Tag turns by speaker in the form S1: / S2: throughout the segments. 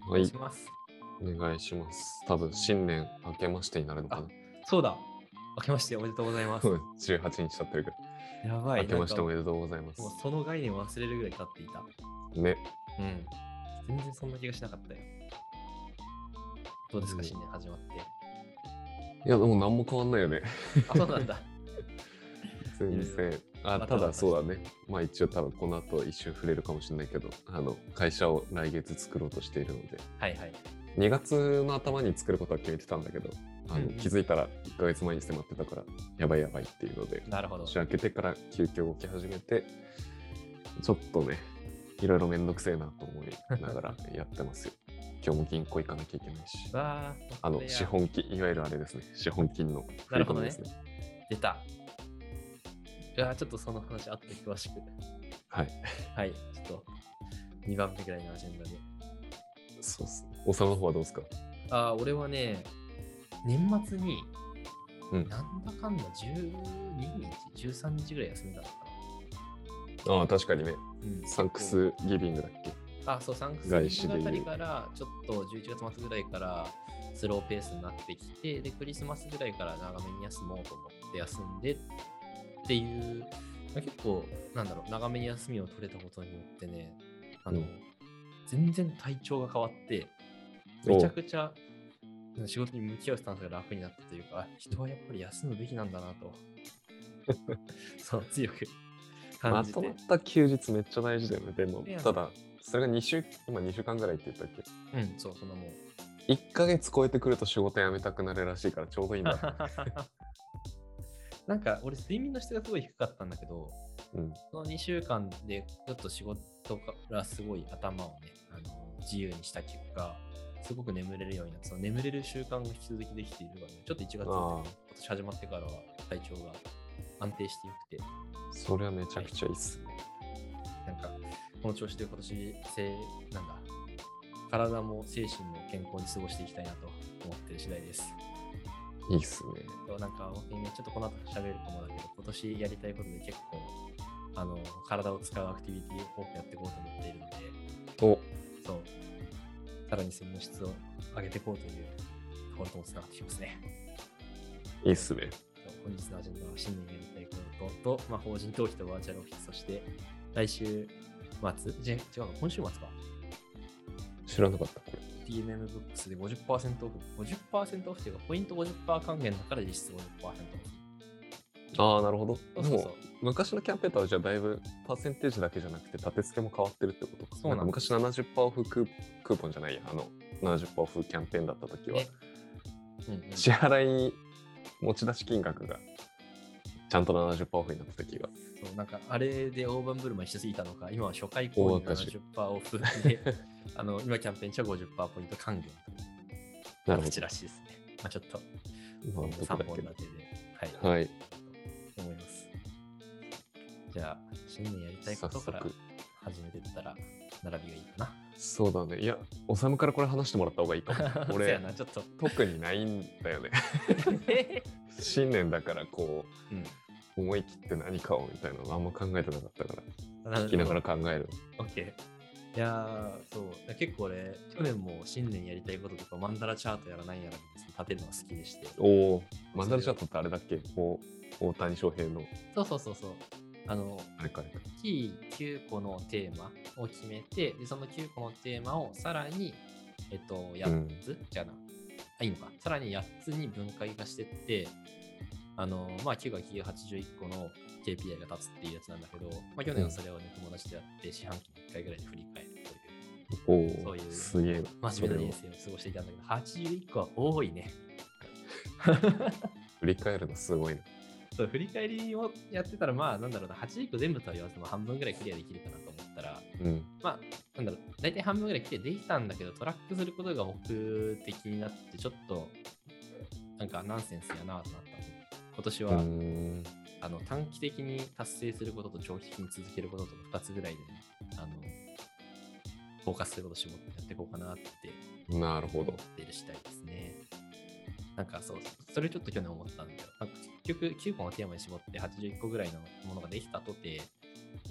S1: はい
S2: します。
S1: お願いします。多分新年明けましてになるのかな。
S2: そうだ。明けましておめでとうござい ます。
S1: 18日経ってるけど、
S2: やばい。
S1: 明けましてお
S2: なんか
S1: めでとうございます。
S2: もうその概念忘れるぐらい経っていた。
S1: ね、
S2: うん。全然そんな気がしなかったよ。どうです
S1: う
S2: か、
S1: ん
S2: 新年始まって。
S1: いやでも何も変わん ないよね。
S2: あ、そうなんだ。
S1: 全
S2: いろ
S1: 然。あ
S2: バタ
S1: た
S2: バタ
S1: だそうだね。まあ一応多分この後一瞬触れるかもしれないけど、あの会社を来月作ろうとしているので、
S2: はいはい。
S1: 2月の頭に作ることは決めてたんだけど、あの
S2: うん
S1: 気づいたら1ヶ月前に迫ってたから、やばいやばいっていうので、
S2: なるほど。
S1: 年明けてから急遽動き始めて、ちょっとね、いろいろめんどくせえなと思いながらやってますよ。 今日も銀行行かなきゃいけないし。
S2: わー
S1: あの
S2: これや
S1: 資本金、いわゆるあれですね、資本金の振り込みですね。
S2: 出た。うわーちょっとその話あって詳しく。
S1: はい。
S2: はい。ちょっと、2番目ぐらいのアジェンダで。
S1: そうっすね。おさの方はどうですか
S2: あー俺はね、年末に、
S1: うん
S2: なんだかんだ12日、13日ぐらい休んだのか
S1: ああ、確かにね。
S2: な。うん
S1: サンク。スギビングだっけ
S2: あ、そう、サンクス
S1: 外資で
S2: あ
S1: いう
S2: たりから、ちょっと11月末ぐらいからスローペースになってきて、で、クリスマスぐらいから長めに休もうと思って休んでっていう、まあ、結構、なんだろう、長めに休みを取れたことによってね、あの、
S1: うん
S2: 全然体調が変わって、めちゃくちゃ仕事に向き合うスタンスが楽になったというか、あ人はやっぱり休むべきなんだな と、そう、強く感
S1: ま
S2: じ
S1: と
S2: て。
S1: まった休日めっちゃ大事だよね。でも
S2: いや、
S1: ただ、それが2週、今2週間ぐらいって言ったっけ
S2: うん、そう、そんなもん。
S1: ?1 ヶ月超えてくると仕事辞めたくなるらしいからちょうどいいんだ。
S2: なんか俺睡眠の質がすごい低かったんだけど
S1: うん。
S2: その2週間でちょっと仕事からすごい頭をねあの自由にした結果すごく眠れるようになってその眠れる習慣が引き続きできているからねちょっと1月今
S1: ああ、
S2: 年始まってからは体調が安定してよくて
S1: それはめちゃくちゃいいっすね。
S2: なんかこの調子で今年せなんだ体も精神も健康に過ごしていきたいなと思ってる次第です。
S1: いいっすね。
S2: そうなんか、本当にねちょっとこの後喋ると思うんだけど、今年やりたいことで結構、あの、体を使うアクティビティを多くやっていこうと思っているので、
S1: お、
S2: そう、さらに睡眠の質を上げていこうというところともつながってきますね。
S1: いいっすね。
S2: そう本日のアジェンダは新年やりたいことと、まあ、法人登記とバーチャルオフィス、そして、来週末、じゃ違うか、今週末か、
S1: 知らなかった、こ
S2: TMM ブックスで50%オフ、50%オフというか、ポイント50%還元だから実質50%オフ。
S1: れ。ああ、なるほ
S2: そ
S1: ど。
S2: う
S1: で
S2: そうそ
S1: も
S2: う、。
S1: 昔のキャンペーンとはじゃあだいぶパーセンテージだけじゃなくて立て付けも変わってるってことか
S2: そうなんで
S1: 昔70%オフクークーポンじゃないやあの70%オフキャンペーンだった時は
S2: ねうんうん
S1: 支払い持ち出し金額がちゃんと70%オフになった時が
S2: そうなんかあれで大盤振る舞いしすぎたのか、今は初回購入
S1: 大赤字
S2: 70%オフで、 あの今キャンペーン中は50%ポイント還元
S1: な
S2: と
S1: る
S2: い
S1: ほ
S2: う
S1: ど
S2: チラシですね。まあ、ちょっと
S1: 今のとこ
S2: 3
S1: だ
S2: 本
S1: け
S2: 立て
S1: ど
S2: で、はい、
S1: はい
S2: 思います。じゃあ、新年やりたいこ
S1: 早
S2: とから
S1: 速
S2: 始めてったら、並びがいいかな。
S1: そうだねいやおさむからこれ話してもらった方がいいかも
S2: そう
S1: 俺
S2: やな、ちょっ と。
S1: 特にないんだよね新年だからこ
S2: うん
S1: う思い切って何かをみたいなのあんま考えてなかったから
S2: なる
S1: 聞
S2: ほ
S1: きな
S2: ど
S1: がら考える
S2: OK。いやーそういや結構俺、去年も新年やりたいこととか、マンダラチャートやらないやらにですね立てるのが好きでして。
S1: おお、マンダラチャートってあれだっけもう大谷翔平の
S2: そうそうそうそう。あの、
S1: あれかあれか。
S2: 大きい9個のテーマを決めて、でその9個のテーマをさらに、えっと、8つ、じゃあな。あ、いいのか。さらに8つに分解化してって、あの、まあ、9が9、81個の KPI が立つっていうやつなんだけど、まあ、去年はそれをね、友達とやって、四半期に1回ぐらいで振り返るという、そ
S1: お
S2: う
S1: お
S2: い、う
S1: すげえな。
S2: 真面目な人生を過ごしていたんだけど、81個は多いね。
S1: 振り返るのすごいな。
S2: そう振り返りをやってたら、まあ、なんだろうな、81個全部とは言わずとも半分ぐらいクリアできるかなと思ったら、
S1: うん。
S2: まあ、なんだろう、大体半分ぐらい来てできたんだけど、トラックすることが目的になって、ちょっと、なんかナンセンスやなとなったので。今年
S1: う
S2: は、
S1: ーん
S2: あの短期的に達成することと長期的に続けることとの2つぐらいで、ね、あの、フォーカスすることを絞ってやっていこうかなって
S1: なるほ
S2: 思
S1: ど
S2: っ。てる次第ですね。なんかそう、それちょっと去年思ったんだよ。なんか結局9個のテーマに絞って81個ぐらいのものができたとて、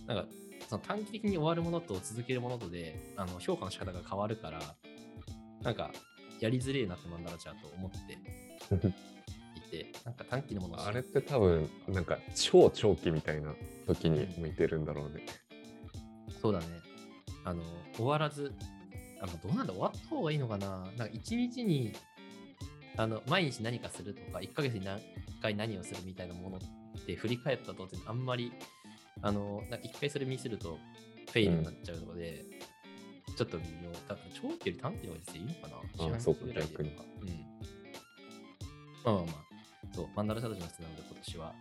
S2: なんかその短期的に終わるものと続けるものとであの評価の仕方が変わるから、なんかやりづれえなってなんだらちゃんと思ってい て、なんか短期のものをし
S1: あれって多分なんか超長期みたいな時に向いてるんだろうね。
S2: そうだね。あの、終わらず、あのどうなんだ、終わった方がいいのかな。なんか一日に、あの、毎日何かするとか、1ヶ月に何回何をするみたいなものって振り返ったとってあんまり、あの、なんか1回それ見せるとフェイルになっちゃうので、ちょっと微妙。多分長期より短期の方が実際いいのかな。
S1: あ
S2: 四半
S1: そう
S2: 期
S1: か
S2: ぐらいでとか。うん。まあまあまあ、そう、マンダラサドジの人なので今年は、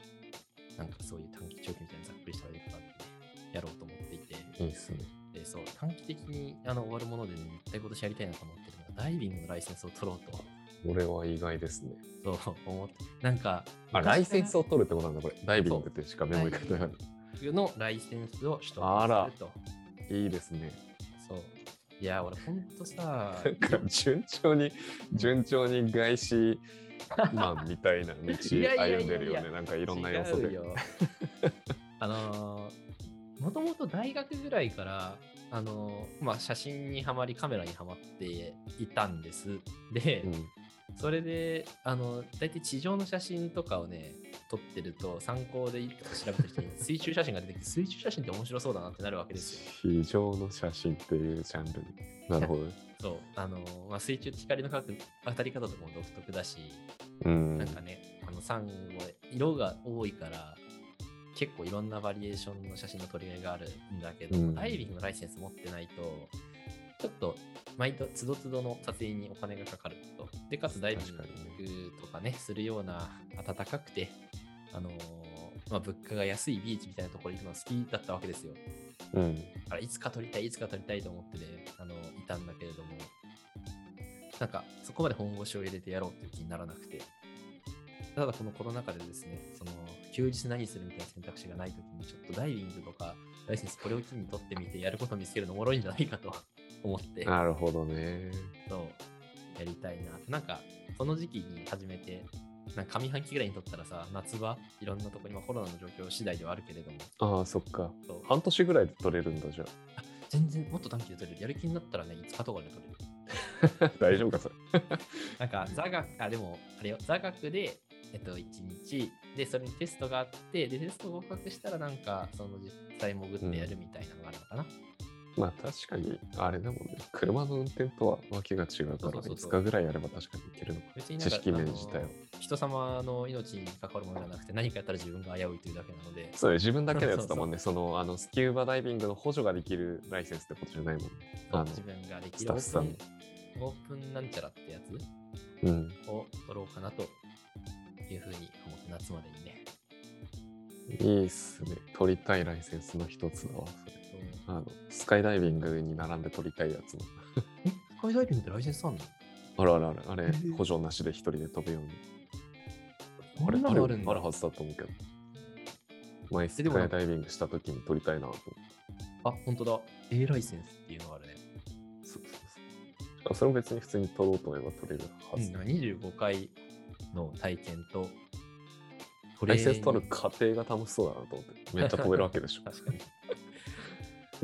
S2: なんかそういう短期長期みたいなざっくりしたらいいかなって、やろうと思っていて。
S1: いいっすね。
S2: でそう短期的にあの終わるもので、ね、絶対今年やりたいなと思ってるのがダイビングのライセンスを取ろう
S1: 俺は意外ですね。
S2: とそう思ってなんか
S1: あ、ライセンス
S2: を
S1: を取るってことなんだ、これ。ダイビングってしかメモいかない。
S2: のライセンスを取得する
S1: あら
S2: と
S1: いいですね。
S2: そういや俺ほんとさ
S1: なんか順調に、
S2: ん
S1: 順調に外 資マンみたいな道
S2: いやいやいやいや
S1: 歩んでるよね。なん かいろんな要素
S2: 違う
S1: で。
S2: よ あのーもともと大学ぐらいからあのーまあ写真にはまりカメラにはまっていたんですで、
S1: うん
S2: それで、あの、大体地上の写真とかをね、撮ってると、参考でいいとか調べた人に水中写真が出てきて、水中写真って面白そうだなってなるわけですよ。
S1: 非常の写真っていうジャンルに。なるほどね。
S2: そう。あの、まあ、水中って光の角当たり方とかも独特だし、
S1: うん。
S2: なんかね、あの、サンゴ、色が多いから、結構いろんなバリエーションの写真の撮り合いがあるんだけど、
S1: うん
S2: ダイビングのライセンス持ってないと、ちょっと、毎度、つどつどの撮影にお金がかかると。で、かつダイビン
S1: 確か
S2: グとかね、するような暖かくて、あのーまあ、物価が安いビーチみたいなところに行くの好きだったわけですよ。
S1: うん。
S2: だからいつか撮りたい、いつか撮りたいと思ってね、あのいたんだけれども、なんかそこまで本腰を入れてやろうっていう気にならなくて、ただこのコロナ禍でですね、その休日何するみたいな選択肢がないときに、ちょっとダイビングとかライセンスこれを機に取ってみて、やること見つけるのおもろいんじゃないかと 思って、
S1: なるほどね。
S2: そうやりたいな。なんかその時期に始めて、なんか上半期ぐらいに撮ったらさ、夏場、いろんなとこ、今コロナの状況次第ではあるけれども、
S1: ああ、そっか。
S2: そう
S1: 半年ぐらいで取れるんだ、じゃ
S2: 全然もっと短期で撮れる。やる気になったらね、5日とかで撮れる。
S1: あ。 大丈夫か、それ。
S2: なんか座学、あ、でも、あれよ、座学で、えっと、1日、で、それのテストがあって、で、テスト合格したら、なんか、その実際潜ってやるみたいなのがあるのかな。
S1: まあ確かに、あれだもんね。車の運転とはわけが違うか
S2: そ
S1: ら、
S2: うそうそうそ
S1: 5
S2: う
S1: 日ぐらいやれば確かにいけるのか。
S2: 別になんか、
S1: 知識面
S2: あの
S1: 自体は
S2: 人様の命に関わるものじゃなくて、何かやったら自分が危ういというだけなので、
S1: そうね、自分だけのやつだもんね。その、あの、スキューバダイビングの補助ができるライセンスってことじゃないもんね。あの
S2: 自分ができ
S1: ス
S2: る
S1: タ
S2: オ
S1: ッフさん
S2: ー
S1: も
S2: プン、オープンなんちゃらってやつ
S1: うん。
S2: を取ろうかなというふうに思って、夏までにね。
S1: いいっすね。取りたいライセンスの一つだわ、それ。あの、スカイダイビングに並んで取りたいやつの。
S2: え、スカイダイビングってライセンスあんの
S1: あるあるある。あ
S2: へ
S1: れ
S2: ー、
S1: 補助なしで一人で飛ぶように。
S2: こ
S1: あれ、
S2: んな
S1: あ
S2: の
S1: る
S2: あるんだ
S1: あるはずだと思うけど。前、ス
S2: でも
S1: カイダイビングした時に取りたいなと思って。
S2: あ、本当だ。A ライセンスっていうのがあるね。
S1: そうそうそう。しかもそれも別に普通に取ろうと思えば取れるは
S2: うん
S1: ず。
S2: なんか25回の体験と、ト
S1: ライセンス取る
S2: か。。
S1: 過程が楽しそうだなと思って。めっちゃ飛べるわけでしょ
S2: 確かに。で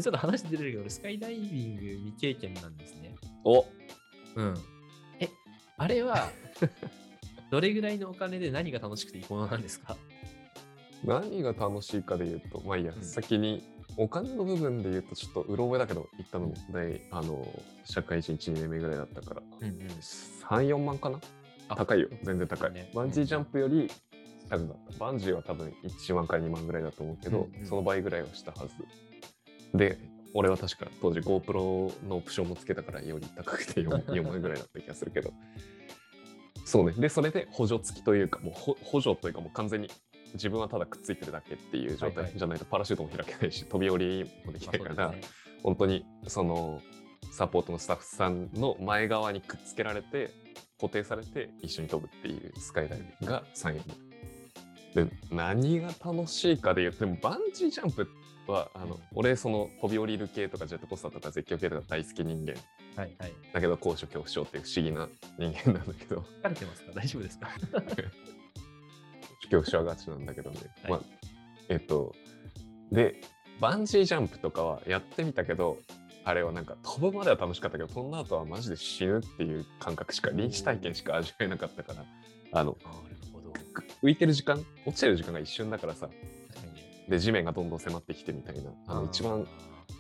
S2: ちょっと話出てるけど、俺スカイダイビング未経験なんですね。
S1: お
S2: うん。え、あれは、 どれぐらいのお金で何が楽しくていいものなんですか
S1: 何が楽しいかで言うと、まあいいや、
S2: うん
S1: 先にお金の部分で言うと、ちょっとうろ覚えだけど、言ったのも大、あの、社会人1、2年目ぐらいだったから、
S2: うんうん。
S1: 3、4万かな
S2: あ
S1: 高いよ、全然高い。
S2: ね
S1: バンジージャンプより高くなった。バンジーは多分1万から2万ぐらいだと思うけど、
S2: うんうん
S1: その倍ぐらいはしたはず。で、俺は確か当時 GoPro のオプションもつけたからより高くて 4, 4万ぐらいだった気がするけど。そうね。で、それで補助付きというか、もうほ補助というかもう完全に自分はただくっついてるだけっていう状
S2: はいは
S1: 態
S2: い
S1: じゃないとパラシュートも開けないし、飛び降りもできないから、
S2: まあそうですね
S1: 本当にそのサポートのスタッフさんの前側にくっつけられて固定されて一緒に飛ぶっていうスカイダイビングが3位で何が楽しいかで言ってもバンジージャンプはあの俺その飛び降りる系とかジェットコースターとか絶叫系とか大好き人間
S2: はいはい。
S1: だけど高所恐怖症っていう不思議な人間なんだけど
S2: 疲れてますか大丈夫 ですか
S1: 恐怖症がちなんだけどね、
S2: はい
S1: まあえっとでバンジージャンプとかはやってみたけどあれはなんか飛ぶまでは楽しかったけど飛んだ後はマジで死ぬっていう感覚しか臨死体験しか味わえなかったからあの
S2: なるほど。
S1: 浮いてる時間落ちてる時間が一瞬だからさ
S2: 確かにね
S1: で地面がどんどん迫ってきてみたいなあの一番。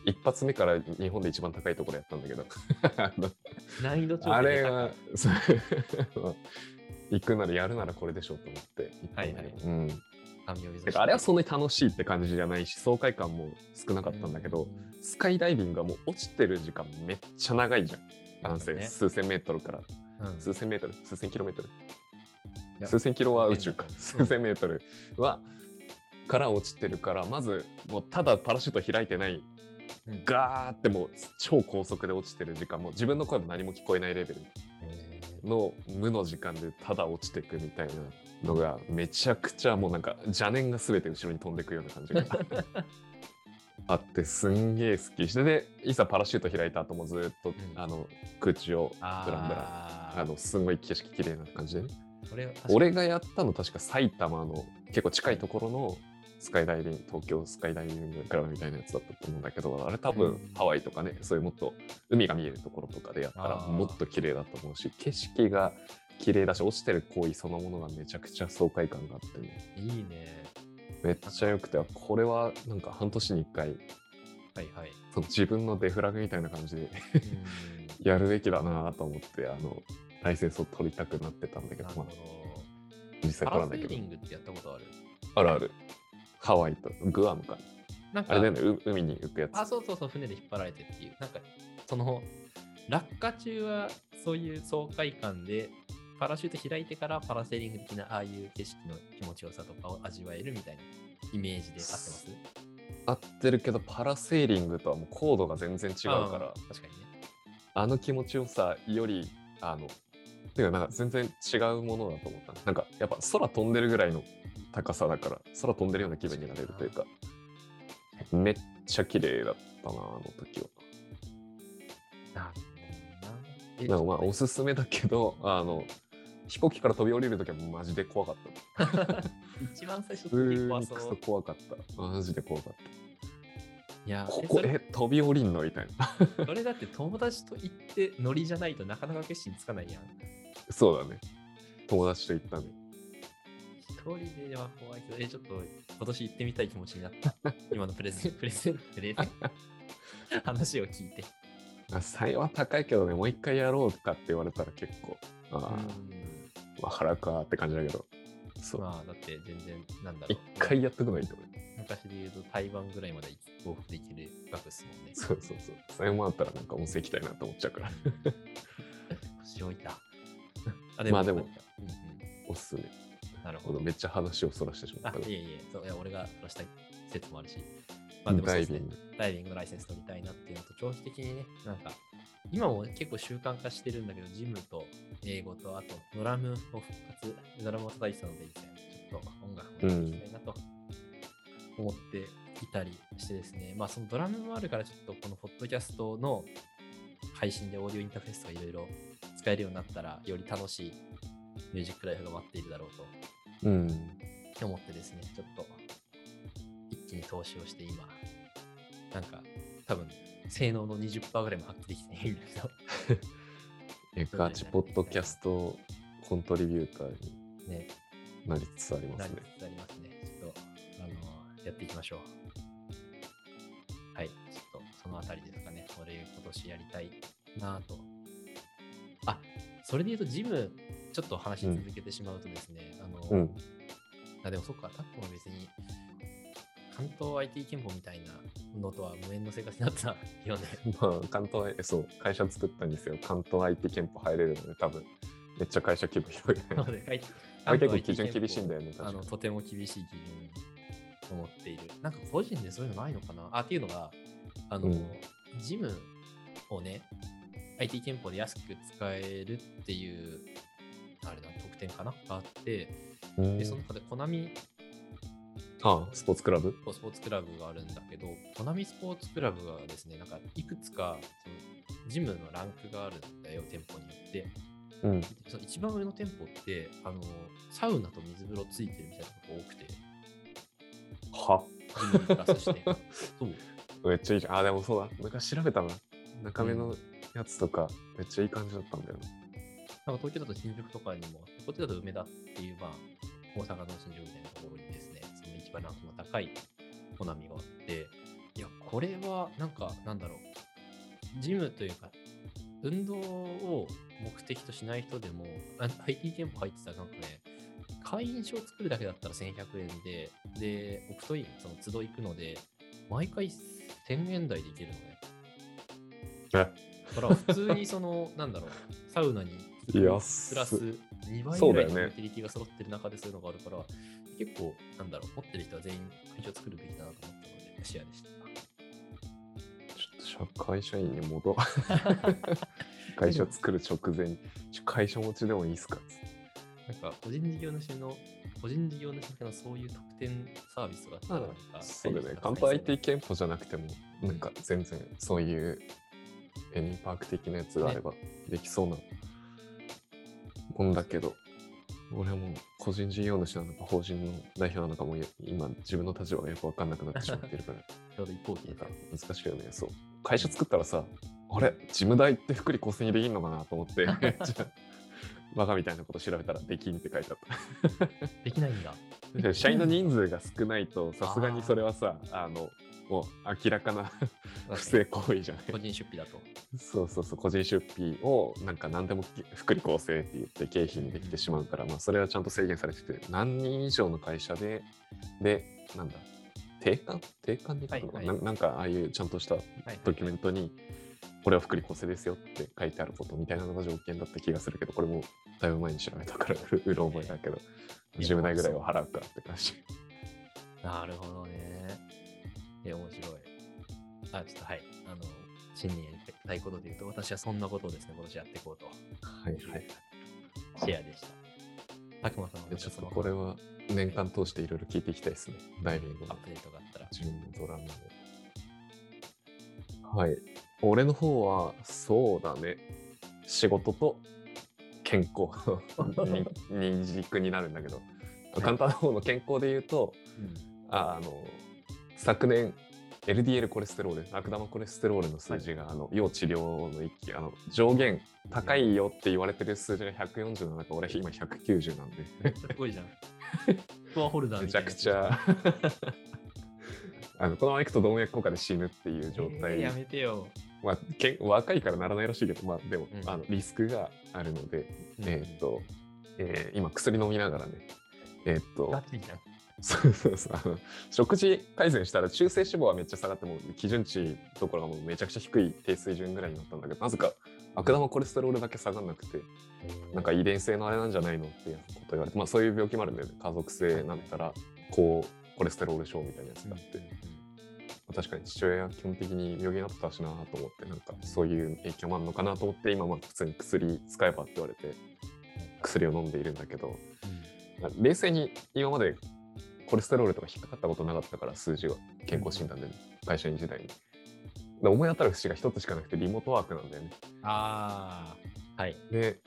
S1: 一発目から日本で一番高いところやったんだ けどあの
S2: 難易度調
S1: あ
S2: 整
S1: れ
S2: が
S1: は
S2: 高い。
S1: そう 行くならやるならこれでしょと思って行ったんだけどうん
S2: 神を目指して
S1: だからあれはそんなに楽しいって感じじゃないし爽快感も少なかったんだけど、スカイダイビングはもう落ちてる時間めっちゃ長いじゃん男性、
S2: ね
S1: 数千メートルから
S2: うん、うん
S1: 数千メートル数千キロメートル
S2: いや
S1: 数千キロは宇宙か
S2: うん
S1: 数千メートルはから落ちてるからまずもうただパラシュート開いてない
S2: うん
S1: ガーってもう超高速で落ちてる時間もう自分の声も何も聞こえないレベル
S2: えー
S1: の無の時間でただ落ちていくみたいなのがめちゃくちゃもうなんか邪念が全て後ろに飛んでいくような感じが あってすんげえ好きしてでいざパラシュート開いた後もずっと、
S2: ん
S1: あの空中をブラ
S2: あ
S1: ンブランあのすごい景色綺麗な感じでね
S2: ーそれは確かに
S1: 俺がやったの確か埼玉の結構近いところのスカイダイビング東京スカイダイビングクラブみたいなやつだったと思うんだけどあれ多分ハワイとかねそういうもっと海が見えるところとかでやったら
S2: あー
S1: もっと綺麗だと思うし景色が綺麗だし落ちてる行為そのものがめちゃくちゃ爽快感があってね
S2: いいね。
S1: めっちゃ良くてこれはなんか半年に1回
S2: はいはい。
S1: その自分のデフラグみたいな感じで
S2: うん
S1: やるべきだなと思ってあのライセンスを取りたくなってたんだけ
S2: な
S1: ど
S2: る、ほ
S1: まあ
S2: ど、。
S1: 実際
S2: パラ
S1: 取ら
S2: セ
S1: ないけ
S2: ー
S1: ど
S2: リングってやったことある
S1: あるあるハワイとグアムか
S2: な
S1: な
S2: んか
S1: あれだよね、う海に行くやつ。
S2: あ、そうそうそう、船で引っ張られてっていう。なんか、その、落下中はそういう爽快感で、パラシュート開いてからパラセーリング的なああいう景色の気持ちよさとかを味わえるみたいなイメージで合ってます
S1: 合ってるけど、パラセーリングとはもう高度が全然違うから、
S2: あー確かにね。
S1: あの気持ちよさより、あの、ていうか、なんか全然違うものだと思った。なんか、やっぱ空飛んでるぐらいの高さだから、空飛んでるような気分になれるというか、めっちゃ綺麗だったな、あの時は。
S2: なる
S1: なんかまあ、おすすめだけど、あの、飛行機から飛び降りる時はマジで怖かった。
S2: 一番最初
S1: 普
S2: に
S1: 通
S2: 怖
S1: に
S2: そ
S1: クソ
S2: う。
S1: 怖かった。マジで怖かった。
S2: いやー、
S1: こ
S2: え
S1: こ
S2: そ、れ
S1: え、飛び降りんのみたいな。
S2: それだって友達と行ってノリじゃないとなかなか決心つかないやん。
S1: そうだね。友達と行ったね。
S2: 一人では怖いけど、え、ちょっと今年行ってみたい気持ちにな った。今のプレゼン、プレゼン、プレゼン。 話を聞いて。
S1: あ才は高いけどね、もう一回やろうかって言われたら結構、あー、
S2: うん
S1: まあ、腹かって感じだけど、そう。
S2: まあ、だって全然、なんだろう
S1: 一。回やっとくのいいと思う。
S2: 昔で言うと台湾ぐらいまで往復できる額ですもんね。
S1: そうそうそう。才もあったらなんか温泉行きたいなと思っちゃうから、
S2: 腰置いた。
S1: まあでも
S2: なんかうんう
S1: おすすめ。
S2: んなるほ
S1: ほ
S2: ど
S1: ど。めっちゃ話をそらしてしま
S2: あ
S1: った、
S2: いえい
S1: ね。
S2: え、そういや俺がそうしたい説もあるし。まあでもそう
S1: ダ
S2: で
S1: イ
S2: す
S1: ビ
S2: ね
S1: ン。グ。
S2: ダイビングのライセンス取りたいなっていうのと、長期的にね、なんか、今も結構習慣化してるんだけど、ジムと英語と、あとドラムを復活、ドラムを叩いてたので、以前、ちょっと音楽もやっていきたいなと思っていたりしてですね、まあそのドラムもあるから、ちょっとこのポッドキャストの配信でオーディオインターフェースとかいろいろ使えるようになったら、より楽しいミュージックライフが待っているだろうと
S1: うん。
S2: 思ってですね、ちょっと一気に投資をして今、なんか多分性能の20%ぐらいも発揮できてないんだけど、
S1: え、ガチポッドキャストコントリビューターに
S2: ね、
S1: なりつつありま
S2: な
S1: す
S2: り
S1: ね。
S2: つつありますね。ちょっと、あのやっていきましょう。はい、ちょっとそのあたりですかね。これ今年やりたいなぁと。あ、それで言うとジム、ちょっと話し続けてしまうとですね、あの、
S1: うん。
S2: あでもそっか、タックも別に関東 IT 憲法みたいなのとは無縁の生活になったよね。
S1: まあ、関東、えそう、会社作ったんですよ。関東 IT 憲法入れるので、多分、めっちゃ会社規模広い、ね
S2: な。ので書いて
S1: あれ結構基準厳しいんだよね、
S2: あ
S1: 確か
S2: の
S1: に。
S2: とても厳しい基準と思っている。なんか個人でそういうのないのかなあっていうのが、あの、
S1: うん
S2: ジムをね、IT 憲法で安く使えるっていう、あれだ、特典かながあって、
S1: うん
S2: で、その中でコナミ
S1: ああスポーツクラブ
S2: スポーツクラブがあるんだけど、コナミスポーツクラブがですね、なんかいくつかそのジムのランクがあるんだよ、店舗によって。
S1: うん。
S2: その一番上の店舗って、あのサウナと水風呂ついてるみたいなとこが多くて、
S1: は
S2: ジムにプラスして。そう
S1: めっちゃいいじゃん。あ、でもそうだ。なんか調べたな。中目のやつとか、めっちゃいい感じだったんだよね。
S2: なんか東京だと新宿とかにも、こっちだと梅田っていう、まあ、大阪の新宿みたいなところにですね、その一番ランクの高いコナミがあって、いや、これはなんか、なんだろう、ジムというか、運動を目的としない人でも、あ IT 店舗入ってたらなんかね、会員証作るだけだったら1100円で、で、オプトイン、その都度行くので、毎回1000円台で行けるのね。
S1: え
S2: だから普通にその、なんだろう、サウナに行く
S1: 安っ
S2: プラス2倍
S1: そう
S2: ぐ
S1: だ
S2: ら
S1: よ
S2: い
S1: ね
S2: のユーティリティが揃ってる中でそういうのがあるから、結構、なんだろう、持ってる人は全員会場作るべきだなと思ったので、シェアでした。
S1: ちょっと社会社員に 戻会社作る直前に、ちょ会社持ちでもいいっすかっつって
S2: なんか、個人事業主の、個人事業主向けのそういう特典サービスがあったらなんか、
S1: そうだよね。
S2: 入りや
S1: 乾
S2: すかった
S1: 杯
S2: り
S1: IT 憲法じゃなくても、なんか全然そういうエニーパーク的なやつがあればできそうなもんだけど、俺はもう個人事業主なのか法人の代表なのかもよ今自分の立場がよくわかんなくなってしまってる から、
S2: ちょうど一方
S1: なん
S2: 形
S1: か難しいよね。そう。会社作ったらさ、あれ事務代って福利厚生にできんのかなと思って、 じゃあバカみたいなこと調べたらできんって書いてあった。
S2: できない んだ。
S1: 確かに社員の人数が少ないとさすがにそれはさあのもう明らかな不正行為じゃ
S2: 個
S1: ない
S2: 人出費だと。
S1: そうそうそう個人出費をなんか何でも福利厚生って言って経費にできてしまうから、まあ、それはちゃんと制限されてて何人以上の会社ででなんだ定款定款で書くのかな、
S2: はいはい
S1: ななんかああいうちゃんとした
S2: はい
S1: ドキュメントにこれは福利厚生ですよって書いてあることみたいなのが条件だった気がするけどこれもだいぶ前に調べたからうろ覚えだけど
S2: え
S1: 10代ぐらいは払うかって感じ。
S2: なるほどね。え、面白い。あ、ちょっとはい。あの、新年やりたいことで言うと、私はそんなことをですね、今年やっていこうと。
S1: はいはい。
S2: シェアでした。たくまさんはなんか
S1: ちょっ
S2: そ
S1: と
S2: の
S1: これは年間通していろいろ聞いていきたいですね。ダイビング
S2: アッ
S1: の
S2: プデートがあったら。
S1: 自分のドラムの。はい。俺の方は、そうだね。仕事と健康に二軸になるんだけど、簡単な方の健康で言うと、
S2: うん
S1: ああの昨年 LDL コレステロール悪玉コレステロールの数字が、あの要治療の一期あの上限高いよって言われてる数字が140の中俺今190なんで
S2: かっこいい じゃん。スコアホルダー
S1: め
S2: み
S1: ち
S2: た
S1: ゃ
S2: いな
S1: くちゃ あのこのままいくと動脈硬化で死ぬっていう状
S2: え
S1: 態、
S2: ーやめてよ。
S1: まあ、け若いからならないらしいけど、まあ、でも、
S2: うん
S1: あのリスクがあるので、
S2: うん
S1: えーっと、えー今薬飲みながらねえーっと
S2: ガチじゃん。
S1: そうそうそうあの食事改善したら中性脂肪はめっちゃ下がってもう基準値どころがもうめちゃくちゃ低い低水準ぐらいになったんだけどなぜか悪玉コレステロールだけ下がんなくてなんか遺伝性のあれなんじゃないのっていうこと言われて、まあ、そういう病気もあるんだよね家族性なんたら高コレステロール症みたいなやつがあって、確かに父親は基本的に病気になってたしなと思ってなんかそういう影響もあるのかなと思って今まあ普通に薬使えばって言われて薬を飲んでいるんだけどまあ冷静に今までコレステロールとか引っかかったことなかったから数字は健康診断で、ね、会社員時代に。で思い当たる節が一つしかなくてリモートワークなんだよね。
S2: ああ。はい。
S1: で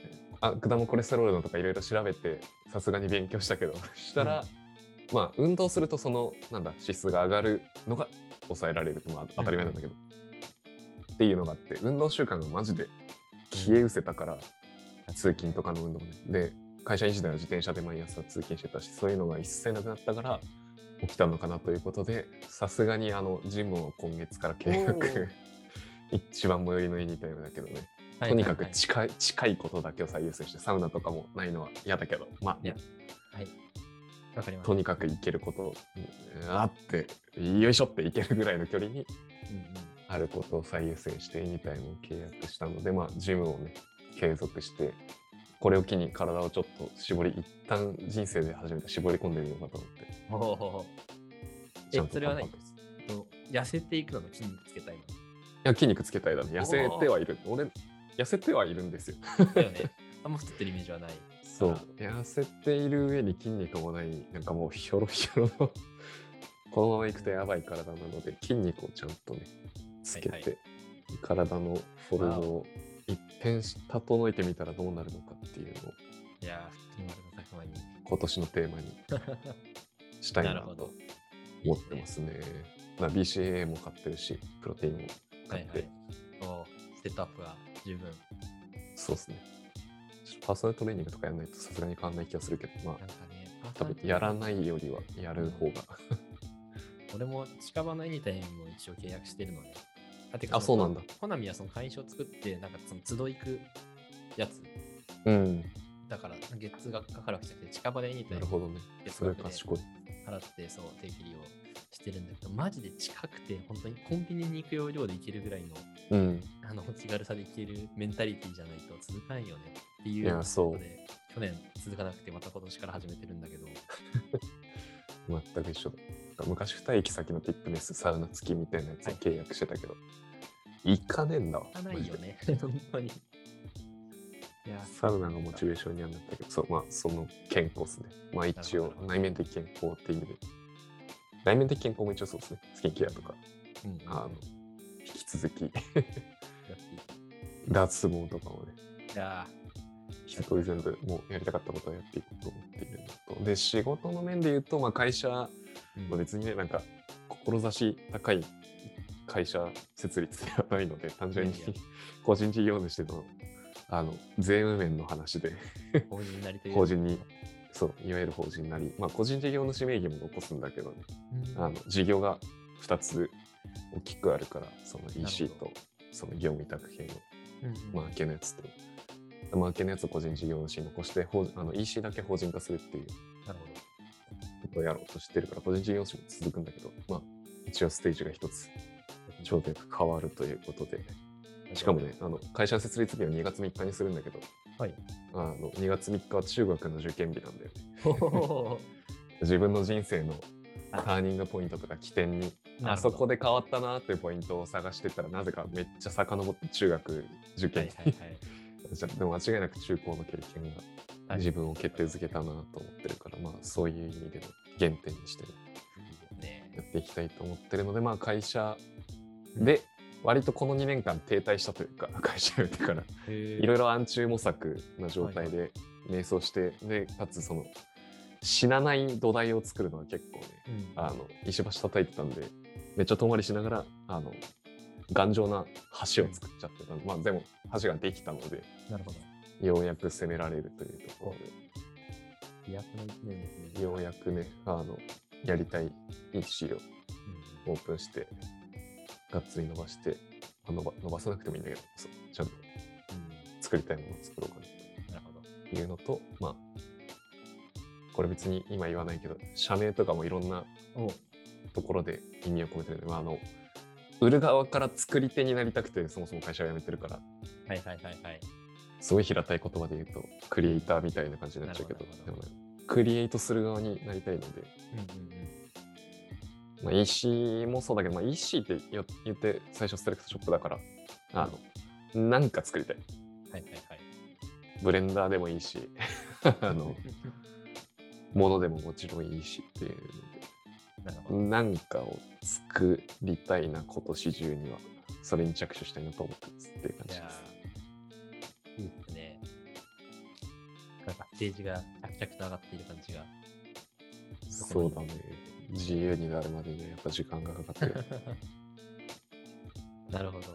S1: 悪玉コレステロールのとかいろいろ調べてさすがに勉強したけど したら、まあ運動するとそのなんだ指数が上がるのが抑えられるまあ当たり前なんだけど、っていうのがあって運動習慣がマジで消え失せたから、通勤とかの運動ねで会社員時代は自転車で毎朝通勤してたしそういうのが一切なくなったから起きたのかなということでさすがにあのジムを今月から契
S2: おー
S1: 約 一番最寄りの家にいたようだけどね
S2: はい
S1: とにかく
S2: はい
S1: 近い近いことだけを最優先してサウナとかもないのは嫌だけどま
S2: いや
S1: あ
S2: はい。わかります。
S1: とにかく行けることうんあってよいしょって行けるぐらいの距離に
S2: うんうん
S1: あることを最優先して2体も契約したのでまあジムをね継続してこれを機に体をちょっと絞り一旦人生で初めて絞り込んでみようかと思って
S2: ほうほうほうえ
S1: ちゃんと
S2: それは何
S1: タンパク質い
S2: えっと痩せていくのの筋肉つけたいの。
S1: や筋肉つけたいだね痩せてはいる俺痩せてはいるんですよ
S2: だよね。あんま太ってるイメージはない。
S1: そう痩せている上に筋肉もないなんかもうひょろひょろの このままいくとやばい体なので筋肉をちゃんとねつけて、
S2: はいは
S1: 体のフォルムを一変し整えてみたらどうなるのかっていうのを
S2: いやー、腹筋丸のたくまに。
S1: 今年のテーマ にしたいな
S2: なるほ
S1: と
S2: ど
S1: 思ってますね。まあ BCAA も買ってるしプロテインも
S2: は
S1: 買っ
S2: い
S1: て、
S2: はい。おーセットアップが十分。
S1: そうですね。ちょっとパーソナルトレーニングとかやらないとさすがに変わんない気がするけど、ま
S2: な
S1: あ、
S2: んかね、パーソ
S1: 多
S2: ナリテ
S1: 分
S2: ィ
S1: やらないよりはやる方が。
S2: 俺も近場のエニタイムも一応契約してるので。あ、て
S1: あそうなんだ。
S2: コナミはその会社を作って、なんかその集い行くやつ。
S1: うん。
S2: だから月額かかるわけじゃなくて、近場でエニタ
S1: な
S2: イ
S1: る
S2: ム
S1: ほどね。
S2: 月
S1: すごい
S2: 額で
S1: 賢い。
S2: 払って、そう、定期利用してるんだけど、マジで近くて、本当にコンビニに行く要領で行けるぐらいの、
S1: うん。
S2: あの、気軽さで行けるメンタリティじゃないと続かんよねってい
S1: いうや、
S2: こ
S1: そう
S2: と。で、去年続かなくて、また今年から始めてるんだけど、
S1: 全く一緒だ。昔2駅先のティップネスサウナ付きみたいなやつを契約してたけど、行かねえんだわ。
S2: 行かな
S1: マ
S2: い
S1: ジ
S2: よ
S1: で
S2: ね、 本当に。いや、
S1: サウナがモチベーションにはなったけど、そう、まあ、その健康ですね。まあ、一
S2: な
S1: 応
S2: るほ、ど
S1: 内面的健康っていう意味で。内面的健康も一応そうですね。スキンケアとか、
S2: うんうんうん
S1: あの、引き続 き、
S2: やっていく
S1: 脱毛とかもね、
S2: いや
S1: 一通り全部、もうやりたかったことはやっていこうと思っているのと。で、仕事の面で言うと、まあ、会社、
S2: ー、
S1: まあ別にね、なんか、志高い会社設立ではないので、単純に
S2: いやいや
S1: 個人事業主での、あの、税務面の話で、
S2: 法人なりという
S1: 法人に、そう、いわゆる法人なり、まあ、個人事業主名義も残すんだけどね、
S2: うん
S1: あの、事業が2つ大きくあるから、その
S2: ど
S1: EC と、その業務委託系の、
S2: うん
S1: マーケのやつと、マーケのやつを個人事業主に残して、法あの EC だけ法人化するっていう
S2: なるほど。
S1: ことをやろうとしてるから、個人事業主も続くんだけど、まあ、一応ステージが一つ、頂点が変わるということで、しかもね、あの会社設立日を2月3日にするんだけど、
S2: はい
S1: あの2月3日は中学の受験日なんだよね。
S2: ほほほほ、
S1: 自分の人生のターニングポイントとか起点に、あそこ
S2: で。
S1: で変わったなっていうポイントを探してたら、なぜかめっちゃ遡って中学受
S2: はい
S1: 験
S2: は
S1: に
S2: いはい。
S1: でも間違いなく中高の経験
S2: は
S1: が
S2: い
S1: 自分を決定づけたなと思ってるから、まあそういう意味での原点にして
S2: ね
S1: やっていきたいと思ってるのでまあ会社で割とこの2年間停滞したというか 会社辞めてから
S2: い
S1: いろいろ暗中模索な状態で迷走してでかつその死なない土台を作るのは結構ねあの石橋叩いてたんでめっちゃ遠回りしながらあの頑丈な橋を作っちゃってた、まあでも橋ができたので。
S2: なるほど。
S1: ようやく攻められるというところ
S2: 飛躍の一年ですね。
S1: で、ようやくね、あの、やりたい EC
S2: うん
S1: をオープンして、がっつり伸ばして、まあ伸ば伸ばさなくてもいいんだけど、そうちゃんと
S2: うん
S1: 作りたいものを作ろうかな
S2: なるほど。
S1: というのと、まあ、これ別に今言わないけど、社名とかもいろんな
S2: お
S1: ところで意味を込めてるので、まあ、あの、売る側から作り手になりたくて、そもそも会社を辞めてるから、
S2: はいはいはいはい。
S1: すごい平たい言葉で言うと、クリエイターみたいな感じになっちゃうけど、
S2: なるほ
S1: で
S2: ど
S1: も、クリエイトする側になりたいので、
S2: うんうんうん
S1: まあ、EC もそうだけど、まあ、EC ってよ言って最初セレクトショップだから、あの、なんか作りたい。
S2: はいはいはい。
S1: ブレンダーでもいいし、 あの、ものでももちろんいいしっていう
S2: なるほど。
S1: ので、なんかを作りたいな、今年中には。それに着手したいなと思ってますっていう感
S2: い
S1: じ
S2: や
S1: です。
S2: ーいいですね。なんかステージが着々と上がっている感じが。
S1: そうだね。自由になるまでにはやっぱ時間がかかってる。
S2: なるほど。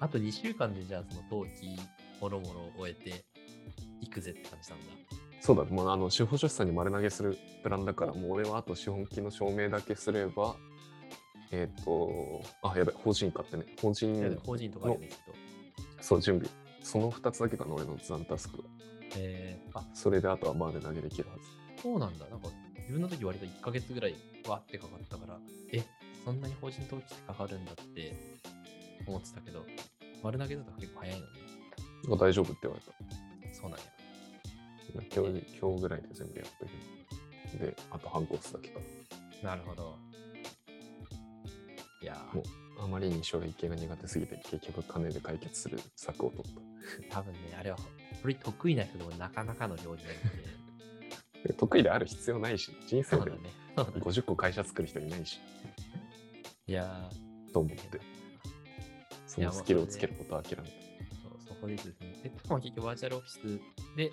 S2: あと2週間でじゃあその登記もろもろ終えていくぜって感じなんだ。
S1: そうだね、もうあの司法書士さんに丸投げするプランだから、もう俺はあと資本金の証明だけすれば、えっ、と、あ、やべ、法人化ってね、法
S2: いやでも、
S1: 人
S2: 法人とかあるよね、きっと。
S1: そう、準備。その2つだけかな、俺の残タスクが。
S2: えー、あ
S1: それであとはバーで投げできるはず。
S2: そうなんだ。なんか自分の時割と1ヶ月ぐらいわってかかったから、え、そんなに法人登記ってかかるんだって思ってたけど、丸投げだと結構早いのね。
S1: あ大丈夫って言われた。
S2: そうなんや。
S1: 今日今日ぐらいで全部やっとける。で、あと半コースだけか。
S2: なるほど。いや
S1: もあまりに書類系が苦手すぎて、結局金で解決する策を取っ
S2: ー、多分ね、あれは、これ得意な人でもなかなかの量になるの で、
S1: た。得意である必要ないし、人生
S2: そう
S1: で
S2: だね。そうだね
S1: 50個会社作る人いないし、
S2: いや
S1: と思っ
S2: ー
S1: て。そのスキルをつけることは諦めた。
S2: そうそこでですね。え、多分結局バーチャルオフィスで、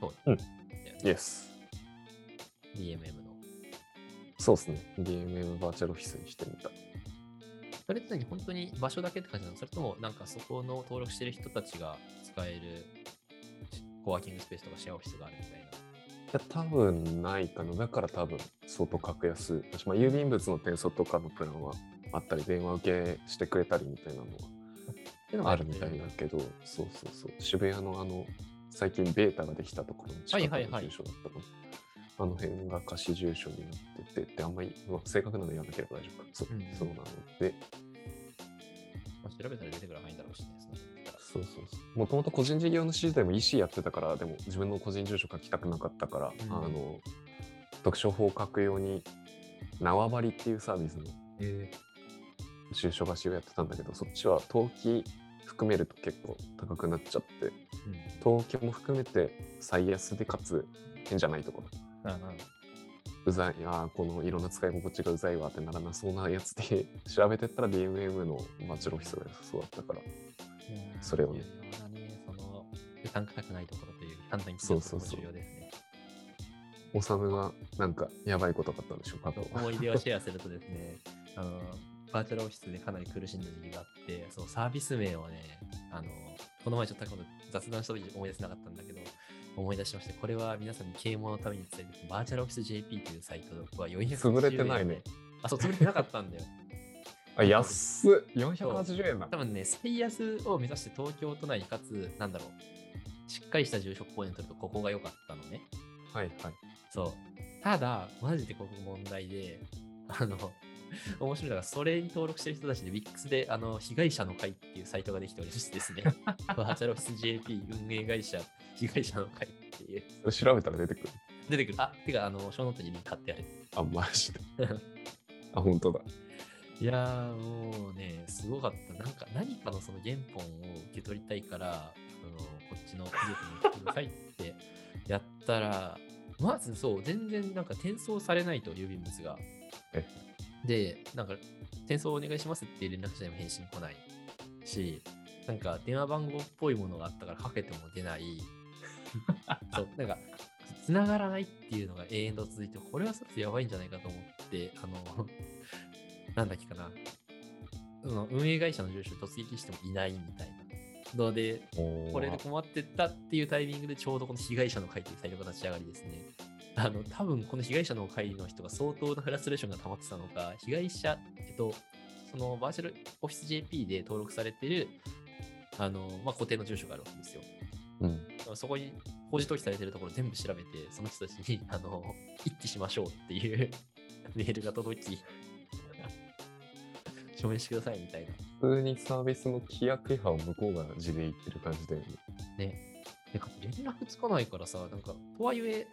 S2: そう、
S1: うん
S2: だよね、
S1: Yes。
S2: DMM の。
S1: そうですね。DMM バーチャルオフィスにしてみた。
S2: それって何本当に場所だけって感じなのそれともなんかそこの登録してる人たちが使えるコワーキングスペースとかシェアオフィスがあるみたいな。
S1: や多分ないかなだから多分相当格安だし、まあ、郵便物の転送とかのプランはあったり電話受けしてくれたりみたいなの
S2: でも
S1: はあるみたいだけどそうそうそう渋谷のあの最近ベータができたところの近
S2: は
S1: く
S2: いはい
S1: の
S2: はい
S1: 住所だったかな、あの辺が貸し住所になっててってあんまり、まあ正確なの言わなければ大丈夫かそう,、
S2: うん
S1: そうなので
S2: まあ調べたら出てくる範囲だろうしね。その
S1: そうそうそう。もともと個人事業主時代も EC やってたから、でも自分の個人住所書きたくなかったから、
S2: うん
S1: あの、読書法を書く用に、縄張りっていうサービスの
S2: え
S1: 住所貸しをやってたんだけど、そっちは登記含めると結構高くなっちゃって、登記も含めて最安でかつ変じゃないところ。
S2: うん。あなん
S1: うざい、あーこのいろんな使い心地がうざいわってならなそうなやつで 調べてったら DMM のバチェロフィスが良さそうだったから、それをね
S2: ね。重要だねその、負担高くないところという判断基
S1: そ
S2: 準
S1: う
S2: も
S1: そうそう
S2: 重要ですね。
S1: おさむがなんかやばいことがあったんでしょうか、過去
S2: 思い出をシェアするとです ね、あの、バーチャルオフィスでかなり苦しんだ時期があって、そのサービス名をね、あの、この前ちょっとこの雑談した時思い出せなかったんだけど、思い出しまして、これは皆さんに啓蒙のために伝えてるバーチャルオフィス JP というサイトは400
S1: 潰れてないね。
S2: あ、そう、潰れてなかったんだよ。
S1: あ安っ480円だ
S2: 多分ね、スペイアスを目指して東京都内かつ、なんだろう、しっかりした住所公園を取るとここが良かったのね。
S1: はいはい
S2: そう。ただ、マジでここ問題で、あの、 面白いのが、それに登録してる人たちで WIX で、あの、被害者の会っていうサイトができておりましてですね、バーチャルオフィス JP 運営会社、被害者の会っていう。
S1: それ調べたら出てくる
S2: 出てくる。あ、てか、あの、小ノートにリンク貼ってある。
S1: あマジであ本当だ
S2: いやーもうね、すごかった。なんか何かのその原本を受け取りたいから、そのこっちの技術に来てくださいってやったら、 まずそう、全然なんか転送されないと、郵便物が
S1: え。
S2: で、なんか転送お願いしますって連絡者にも返信来ないし、なんか電話番号っぽいものがあったからかけても出ない。そう、なんか繋がらないっていうのが永遠と続いて、これはちょっとやばいんじゃないかと思って、あの、なんだっけかな、その運営会社の住所突撃してもいないみたいな。ので、こ
S1: こ
S2: れで困ってったっていうタイミングでちょうどこの被害者の会というサイトが立ち上がりですね。あの、多分この被害者の会の人が相当なフラストレーションが溜まってたのか、被害者、えっと、そのバーチャルオフィス JP で登録されてる、あの、まあ、固定の住所があるわけですよ。
S1: うん
S2: そこに法事登記されてるところ全部調べて、その人たちに、あの、一致しましょうっていうメールが届き、署名してくださいみたいな。
S1: 普通にサービスの規約違反を向こうが地で言ってる感じで
S2: なんか連絡つかないからさ、なんか、とはいえ、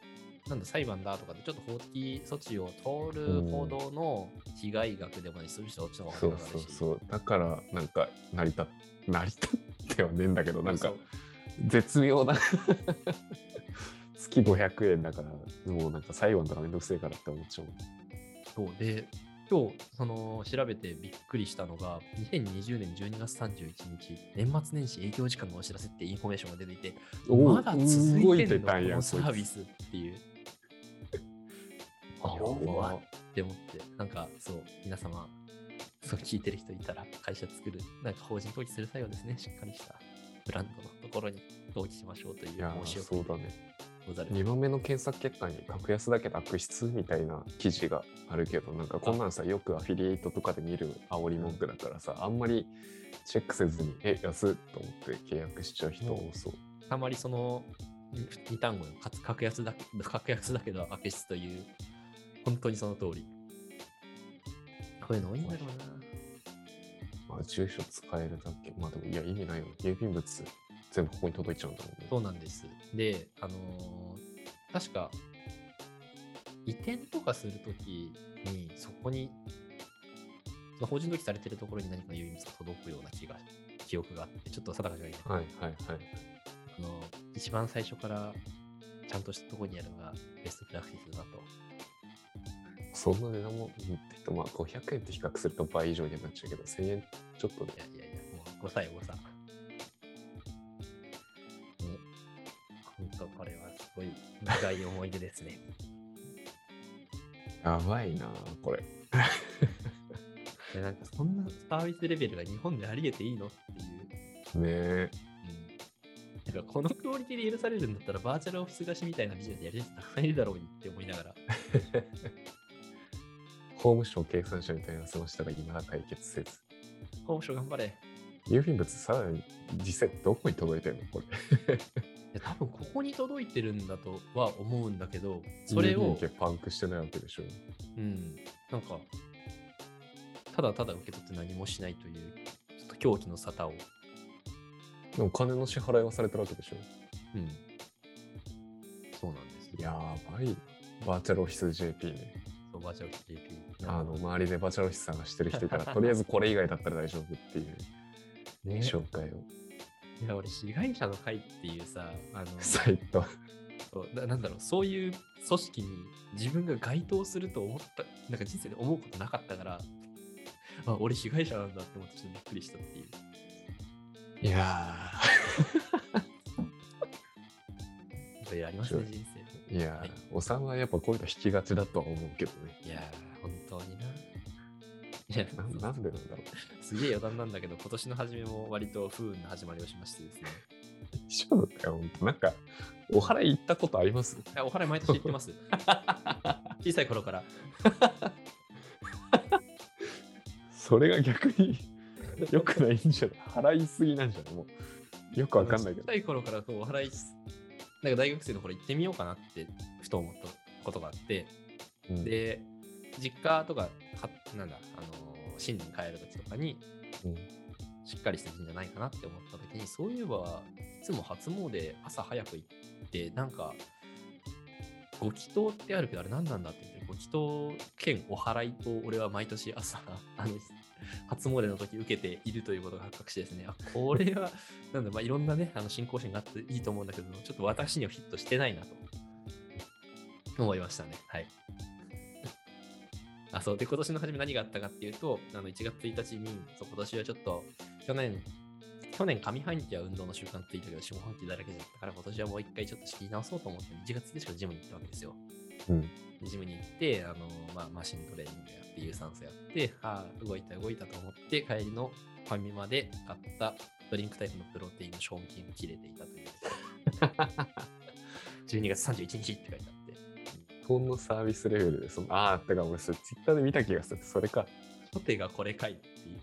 S2: なんだ、裁判だとかで、ちょっと法的措置を通るほどの被害額でもない、そういう人はこっちの
S1: そ
S2: 方が
S1: う
S2: か
S1: そう
S2: し。
S1: そうだからなんか成り立っ成り立ってはねえんだけどなん
S2: そ
S1: か
S2: う
S1: 絶妙な月500円だからもうなんか裁判とかめんどくせえからって思っちゃう
S2: そうで、今日、その、調べてびっくりしたのが、2020年12月31日、年末年始営業時間のお知らせってインフォメーションが出ていて、
S1: おう
S2: まだ続いて
S1: 動いて
S2: んの
S1: た
S2: こ
S1: んや
S2: のサー
S1: こい
S2: ビ
S1: つ
S2: スっていう。
S1: あ
S2: 弱って思って、なんかそう、皆様、そう聞いてる人いたら、会社作る、なんか法人登記する際はですね、しっかりしたブランドのところに登記しましょうという
S1: いやー
S2: 申し
S1: そ
S2: 送
S1: う
S2: り
S1: だ
S2: が
S1: ね
S2: ござる。
S1: 2番目の検索結果に格安だけど悪質みたいな記事があるけどなんかこんなんさよくアフィリエイトとかで見る煽り文句だからさあんまりチェックせずにえ安っと思って契約しちゃう人多そう
S2: たまにその2単語よ、かつ格安だ格安だけど悪質という、本当にその通り。こういうの多いんだろうな。
S1: まあ住所使えるだけまあでもいや意味ないよね郵便物全部ここに届いちゃうんだもんね
S2: そうなんです。で、あのー確か、移転とかするときに、そこに、その法人登記されてるところに何かの郵便物が届くような気が、記憶があって、ちょっと定かじゃないな、
S1: はいはいはい
S2: あの一番最初からちゃんとしたところにあるのがベストプラクティスだと。
S1: そんな値段もうんって人まあ500円って比較すると倍以上にはなっちゃうけど1000円ちょっとね
S2: いやいやいや、もう誤差よ誤差。ね、ほんとこれはすごい長い思い出です ね。
S1: やばいなこれ
S2: えなんかそんなサービスレベルが日本でありえていいのっていう。
S1: ねえ。
S2: うん、なんかこのクオリティで許されるんだったらバーチャルオフィス貸しみたいなビジネスやる人たくさんいるだろうにって思いながら。
S1: 法務省経産省に問い合わせましたが、今は解決せず。
S2: 法務省頑張れ。い
S1: 郵便物さらに実際どこに届いてるのこれ。
S2: や多分ここに届いてるんだとは思うんだけど、それ
S1: 郵便
S2: を、
S1: 受けパンクしてないわけでしょ。
S2: うん、なんか、ただただ受け取って何もしないという、ちょっと狂気の沙汰を。
S1: でもお金の支払いはされてるわけでしょ。
S2: うん。そうなんですよ。
S1: やばい。バーチャルオフィス JP ね。
S2: そうバーチャル JP。
S1: あの、周りでバーチャルオフィス探してる人いたら、とりあえずこれ以外だったら大丈夫っていう
S2: ね、
S1: 紹介を。
S2: いや俺、被害者の会っていうさ、あの、
S1: サイト。
S2: そうななんだろうそういう組織に自分が該当すると思ったなんか人生で思うことなかったからあ俺被害者なんだって思ってちょっとびっくりしたっていう
S1: いや
S2: ことやりますね
S1: 面
S2: 人
S1: ー。いやー、お産はやっぱこういうの引きがちだとは思うけどね。
S2: 生いやー本当にないや
S1: ななんでなんだろう。
S2: すげえ余談なんだけど今年の初めも割と不運な始まりをしましてですね
S1: 大丈夫かよ、ほんとなんか、お祓い行ったことあります
S2: いやお祓い毎年行ってます 小さい頃から
S1: それが逆 に良くないんじゃない払いすぎなんじゃないもう。よくわかんないけ
S2: 小
S1: ど。
S2: さい頃からこうお祓いなんか大学生の頃行ってみようかなってふと思ったことがあって
S1: うん
S2: で、実家とか、かなんだ、あのー新年帰るときとかに、
S1: うん
S2: しっかりした神社ないかなって思ったときに、そういえば、いつも初詣朝早く行って、なんか、ご祈祷ってあるけど、あれ何なんだって言って、ご祈祷兼お祓いを俺は毎年朝、 あの、初詣の時受けているということが発覚してですね、あこれは、 なんだ、まあ、いろんなね、あの信仰心があっていいと思うんだけど、ちょっと私にはヒットしてないなと思いましたね。はい。あ、そう。で、今年の初め何があったかっていうと、あの1月1日に、そう今年はちょっと、去年、去年上半期は運動の習慣ついたけど、下半期だらけじゃったから、今年はもう一回ちょっと仕切り直そうと思って、1月1日からジムに行ったわけですよ。
S1: うん
S2: ジムに行って、あのまあ、マシントレーニングやって、有酸素やって、ああ、動いた動いたと思って、帰りのファミマで買ったドリンクタイプのプロテインの賞味期限が切れていたと いう。12月31日って書いてあって。
S1: 日本のサービスレベルで、そのああ、だから俺、それツイッターで見た気がする。それか。
S2: 初手がこれかいっていう、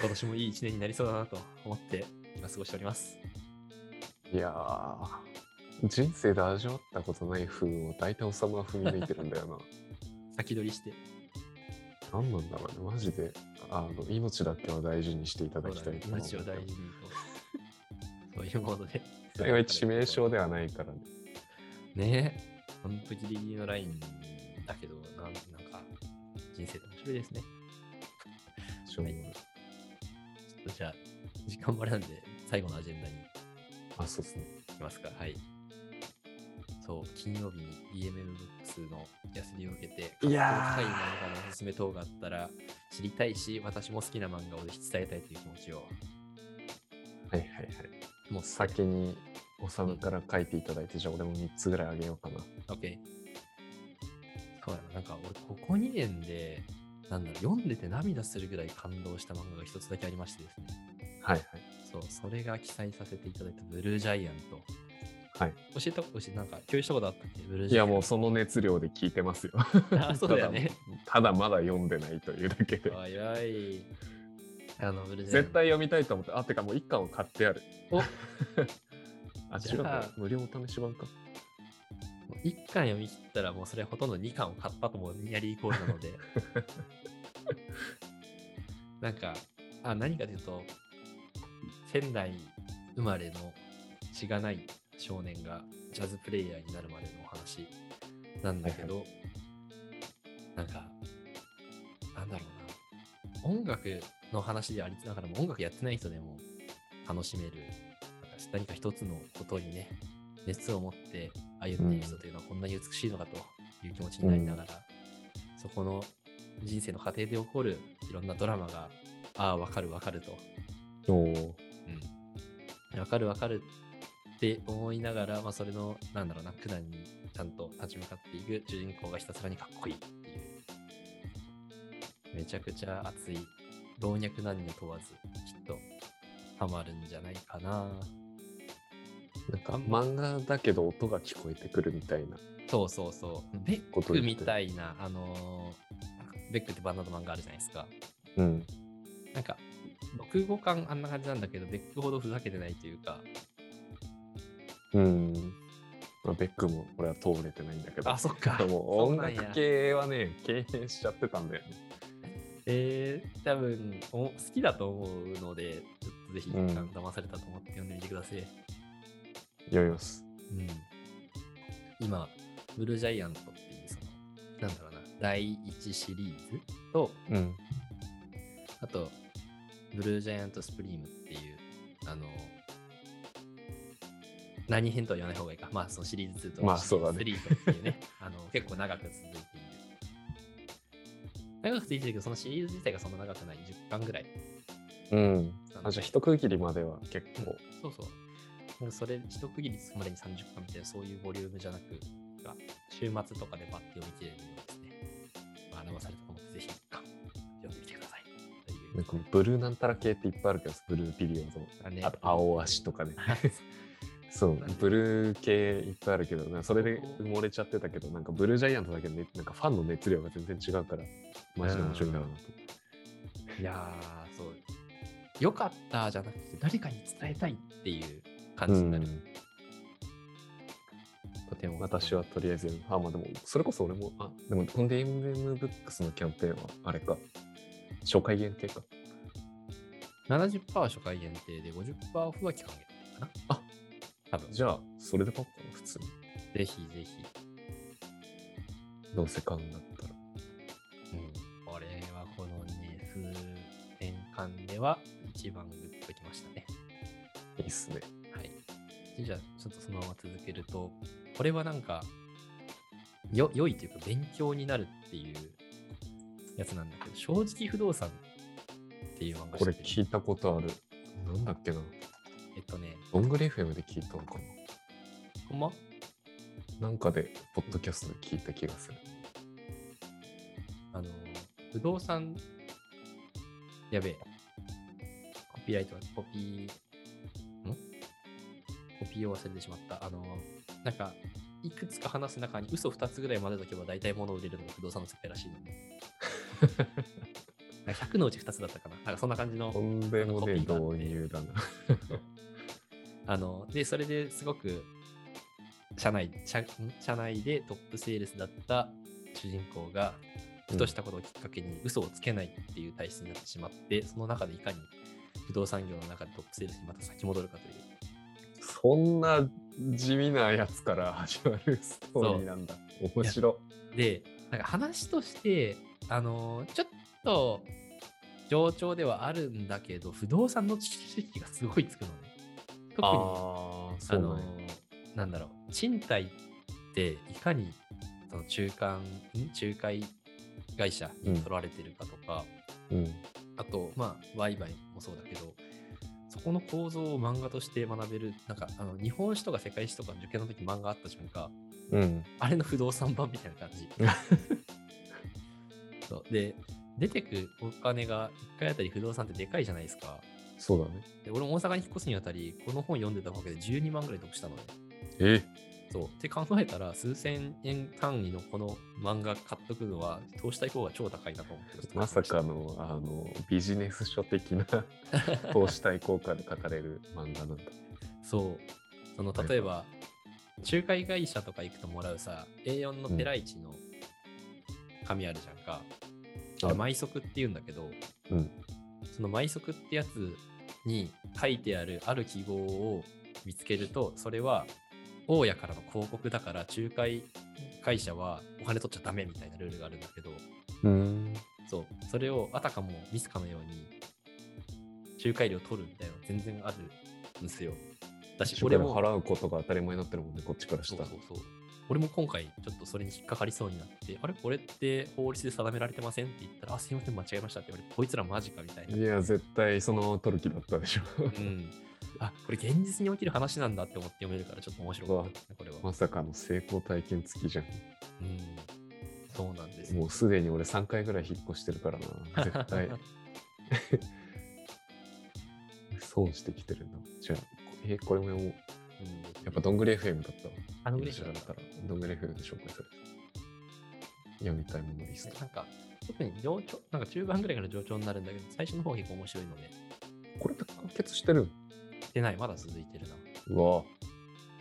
S2: 今年もいい一年になりそうだなと思って、今過ごしております。
S1: いやー、人生で味わったことない風を大体おさまは踏み抜いてるんだよ
S2: 先取りして。
S1: な。 何なんだろうね、マジで。あの命だけは大事にしていただきたいと思う。
S2: 命を大事にと。 そういうもので。
S1: それは致命傷ではないからね。
S2: ねえ、ほんとギリギリのラインだけど、なんなんか、人生って面白いですね。
S1: しょうがない
S2: ちょっとじゃあ、時間もあれなんで、最後のアジェンダに
S1: あ、そうですね。
S2: いきますか。はい。そう、金曜日に DMM ブックスの安りを受けて、
S1: いやー
S2: 過去深い漫画のおすすめ等があったら知りたいし、私も好きな漫画をぜひ伝えたいという気持ちを
S1: はいはいはい。
S2: 持って。
S1: 先におさむから書いていただいて、じゃあ俺も3つぐらいあげようかな。
S2: OK。そうやな、なんか俺、ここ2年で、なんだろう、読んでて涙するぐらい感動した漫画が一つだけありましてですね。
S1: はいはい。
S2: そう、それが記載させていただいたブルージャイアント。
S1: はい。
S2: 教えたこと、教えなんか共有したことあったっけブルー
S1: い
S2: ジャイア
S1: や
S2: ント。
S1: もうその熱量で聞いてますよ。
S2: あそうだよね。
S1: ただまだ読んでないというだけで。
S2: 早い。あの、ブルージャイアン
S1: 絶
S2: ト。
S1: 対読みたいと思って、あ、てかもう1巻を買ってある。
S2: お
S1: あ、
S2: じ
S1: 違
S2: ゃあ
S1: うか。無料お試し版か。
S2: 1巻読み切ったらもうそれほとんど2巻を買ったともニアリーイコールなのでなんかあ何かというと仙台生まれの血がない少年がジャズプレイヤーになるまでのお話なんだけど、なんかなんだろうな音楽の話でありながらも音楽やってない人でも楽しめるなんか何か一つのことにね熱を持って歩んでいる人というのはこんなに美しいのかという気持ちになりながら、そこの人生の過程で起こるいろんなドラマがああわかるわかると
S1: おお。
S2: わかるわかるって思いながら、まあ、それのなんだろうな苦難にちゃんと立ち向かっていく主人公がひたすらにかっこいいっていうめちゃくちゃ熱い老若男女問わずきっとハマるんじゃないかな
S1: なんか漫画だけど音が聞こえてくるみたいな。
S2: そうそうそうベックみたいなあのーベックってバンドの漫画あるじゃないですか
S1: うん。
S2: なんか読語感あんな感じなんだけどベックほどふざけてないというか
S1: うん。まあ、ベックも俺は通れてないんだけど。
S2: あそっか
S1: もう
S2: そう
S1: 音
S2: なんや
S1: 楽系はね、敬遠しちゃってたんだよね。
S2: えー、多分お好きだと思うのでちょっとぜひ一
S1: うん
S2: 旦騙されたと思って読んでみてください、
S1: 読みます。
S2: うん、今、ブルージャイアントっていう、その、なんだろうな、第1シリーズと、
S1: うん。
S2: あと、ブルージャイアントスプリームっていう、あの、何編とは言わない方がいいか。まあ、そのシリーズ2と
S1: まあそうだね
S2: シリーズ3とっていうね、 あの結構長く続いている。長く続いてるけど、そのシリーズ自体がそんな長くない、10巻ぐらい
S1: う
S2: な
S1: ん。
S2: ので。
S1: あ、じゃあ一区切りまでは結構。
S2: そうそう。なんかそれ、一区切りつくまでに30分みたいな、そういうボリュームじゃなく、が週末とかでバッて読み切れるようですね。まあ、騙されたと思って、ぜひ、読んでみてください。という
S1: なんかブルーなんたら系っていっぱいあるけど、ブルーピリオド。
S2: あね
S1: あと、青足とかね。そう
S2: なんで、
S1: ブルー系いっぱいあるけど、なそれで埋もれちゃってたけど、なんかブルージャイアントだけで、ね、なんかファンの熱量が全然違うから、マジで面白いんだろうな と。
S2: いやー、そう。よかったじゃなくて、誰かに伝えたいっていう感じになる。
S1: うん
S2: とても。
S1: 私はとりあえず、あ、まあでも、それこそ俺も、あ、でもこの DMM ブックスのキャンペーンは、あれか、初回限定か。
S2: 70%は初回限定で、50%オフは期間限定かな。
S1: あ
S2: 多分。
S1: じゃあ、それで買おうかな、普通に。
S2: ぜひぜひ。
S1: どうせ買うんだったら。
S2: うん、俺はこのね、数年間では一番グッときましたね。
S1: いいっすね。
S2: はい。じゃあ、ちょっとそのまま続けると、これはなんか、よ、良いというか勉強になるっていうやつなんだけど、正直不動産っていう漫画
S1: これ
S2: 知ってる
S1: 聞いたことある。なんだっけな。
S2: えっとね、
S1: どんぐり FM で聞いたのか
S2: ほんま
S1: な。なんかで、ポッドキャストで聞いた気がする。
S2: あの、不動産、やべえ。コピーライトは、コピー、んコピーを忘れてしまった。あの、なんか、いくつか話す中に嘘2つぐらい混ぜとけば大体物を売れるのが不動産の世界らしいのね。なんか100のうち2つだったかな。なんかそんな感じの
S1: と。んでもねえ
S2: コピーがあ
S1: 導
S2: って
S1: 入だな。
S2: あの、で、それですごく、社内、社ん社内でトップセールスだった主人公が、ふとしたことをきっかけに嘘をつけないっていう体質になってしまって、その中でいかに不動産業の中でトップセールスにまた先戻るかという。
S1: そんな地味なやつから始まるストーリーなんだ。面白。
S2: で、なんか話として、あのーちょっと冗長ではあるんだけど、不動産の知識がすごいつくのね。特に
S1: ああ、
S2: あ
S1: そう
S2: の
S1: なんや
S2: なんだろう賃貸っていかにその中間ん仲介会社に取られてるかとか、
S1: うん。
S2: あとまあ売買もそうだけどそこの構造を漫画として学べるなんかあの日本史とか世界史とか受験の時漫画あった瞬間
S1: うん。
S2: あれの不動産版みたいな感 じそうで出てくお金が1回あたり不動産ってでかいじゃないですか
S1: そうだね。
S2: で俺も大阪に引っ越すにあたりこの本読んでたおかげで12万ぐらい得したのね
S1: え
S2: そう。って考えたら、数千円単位のこの漫画買っとくのは、投資対効果超高いなと思って。
S1: まさか。の、あの、ビジネス書的 な投資対効果で語れる漫画なんだ。
S2: そう。その、例えば、仲介会社とか行くともらうさ、A4 のペライチの紙あるじゃんか。
S1: あ
S2: あれ、毎足って言うんだけど、
S1: うん
S2: その毎足ってやつに書いてあるある記号を見つけると、それは、大家からの広告だから、仲介会社はお金取っちゃダメみたいなルールがあるんだけど、
S1: うん。
S2: そう、それをあたかもミスかのように、仲介料取るみたいなの全然あるんですよ。だし、俺
S1: 俺
S2: も
S1: も、払うことが当たり前になってるもんね、こっちから
S2: そ
S1: し
S2: う
S1: た
S2: そう
S1: ら。
S2: そう。俺も今回、ちょっとそれに引っかかりそうになって、あれこれって法律で定められてませんって言ったら、あ、すいません、間違えましたって言われて、こいつらマジかみたいな。
S1: いや、絶対その取る気だったでしょ。
S2: うん。あ、これ現実に起きる話なんだって思って読めるから、ちょっと面白かったですね、これは。
S1: まさかの成功体験付きじゃん。
S2: うん。そうなんですよ。
S1: もうすでに俺3回ぐらい引っ越してるからな、絶対。損してきてるな。違う。え、これも読もう。
S2: うん
S1: やっぱどんぐり FM だったわ。
S2: あの嬉し
S1: 知
S2: い
S1: ら
S2: な
S1: なかったら、どんぐり FM で紹介されて読みたいものリスト。
S2: なんか、特に上長、なんか中盤ぐらいから上長になるんだけど、最初の方結構面白いので、
S1: これって完結してる
S2: 出ない、まだ続いてるな。
S1: うわ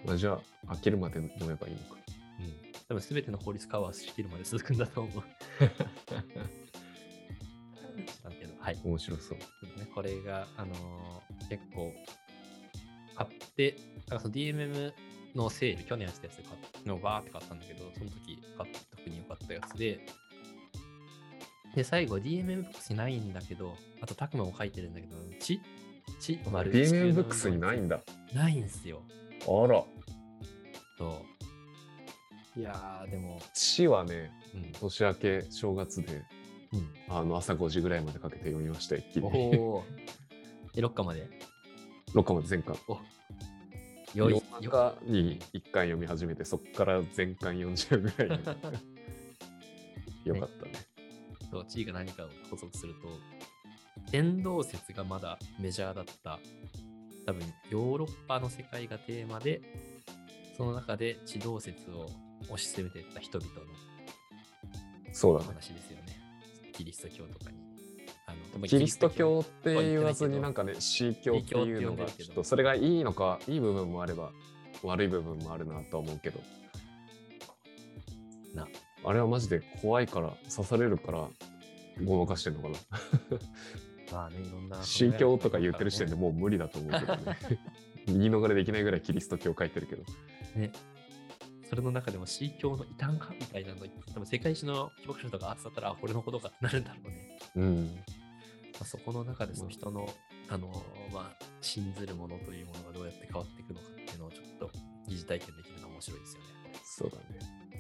S1: まあ、じゃあ、飽きるまで読めばいいのか。
S2: うん。多分全ての法律カバーしきるまで続くんだと思う。知らんけど、はい。
S1: 面白そう。
S2: ね、これが、あのー結構、買って、なんかその DMM のセール、去年やってたやつで買っのをバーって買ったんだけど、その時買った特に良かったやつで、で、最後 DMM ブックスにないんだけど、あと、たくまも書いてるんだけど、ち、ち、丸
S1: DMM ブックスにないん
S2: だ。
S1: だ。
S2: ないんすよ。
S1: あら。
S2: そう。いやー、でも、
S1: 父はね、
S2: うん。
S1: 年明け正月で、
S2: うん
S1: あの朝5時ぐらいまでかけて読みました、一気に。
S2: おお。え、6巻まで
S1: 6巻まで全巻。
S2: よい
S1: 夜中に1巻読み始めて、そっから全巻40ぐ らいに。よかったね。
S2: と地位が何かを補足すると天動説がまだメジャーだった多分ヨーロッパの世界がテーマでその中で地動説を推し進めていった人々
S1: そう
S2: の
S1: だね。
S2: 話ですよね。キリスト教とかに。あの
S1: キリスト教って言わずになんかね、宗教っていうのがちょっと、それがいいのか、いい部分もあれば、悪い部分もあるなとは思うけど。
S2: な
S1: あれはマジで怖いから、刺されるから、ごまかしてんのかな。
S2: まあね、いろんな
S1: 宗教とか言ってる時点で
S2: も。
S1: もう無理だと思うけど ね。言い逃れできないぐらいキリスト教書いてるけど。
S2: それの中でも宗教の異端かみたいなの、多分世界史の記録書とかあってたら、あ、これのことかってなるんだろうね。
S1: うん。
S2: まあ、そこの中でその
S1: まあ
S2: 人の、あの、まあ、信ずるものというものがどうやって変わっていくのかっていうのをちょっと疑似体験できるのは面白いですよね。
S1: そうだね。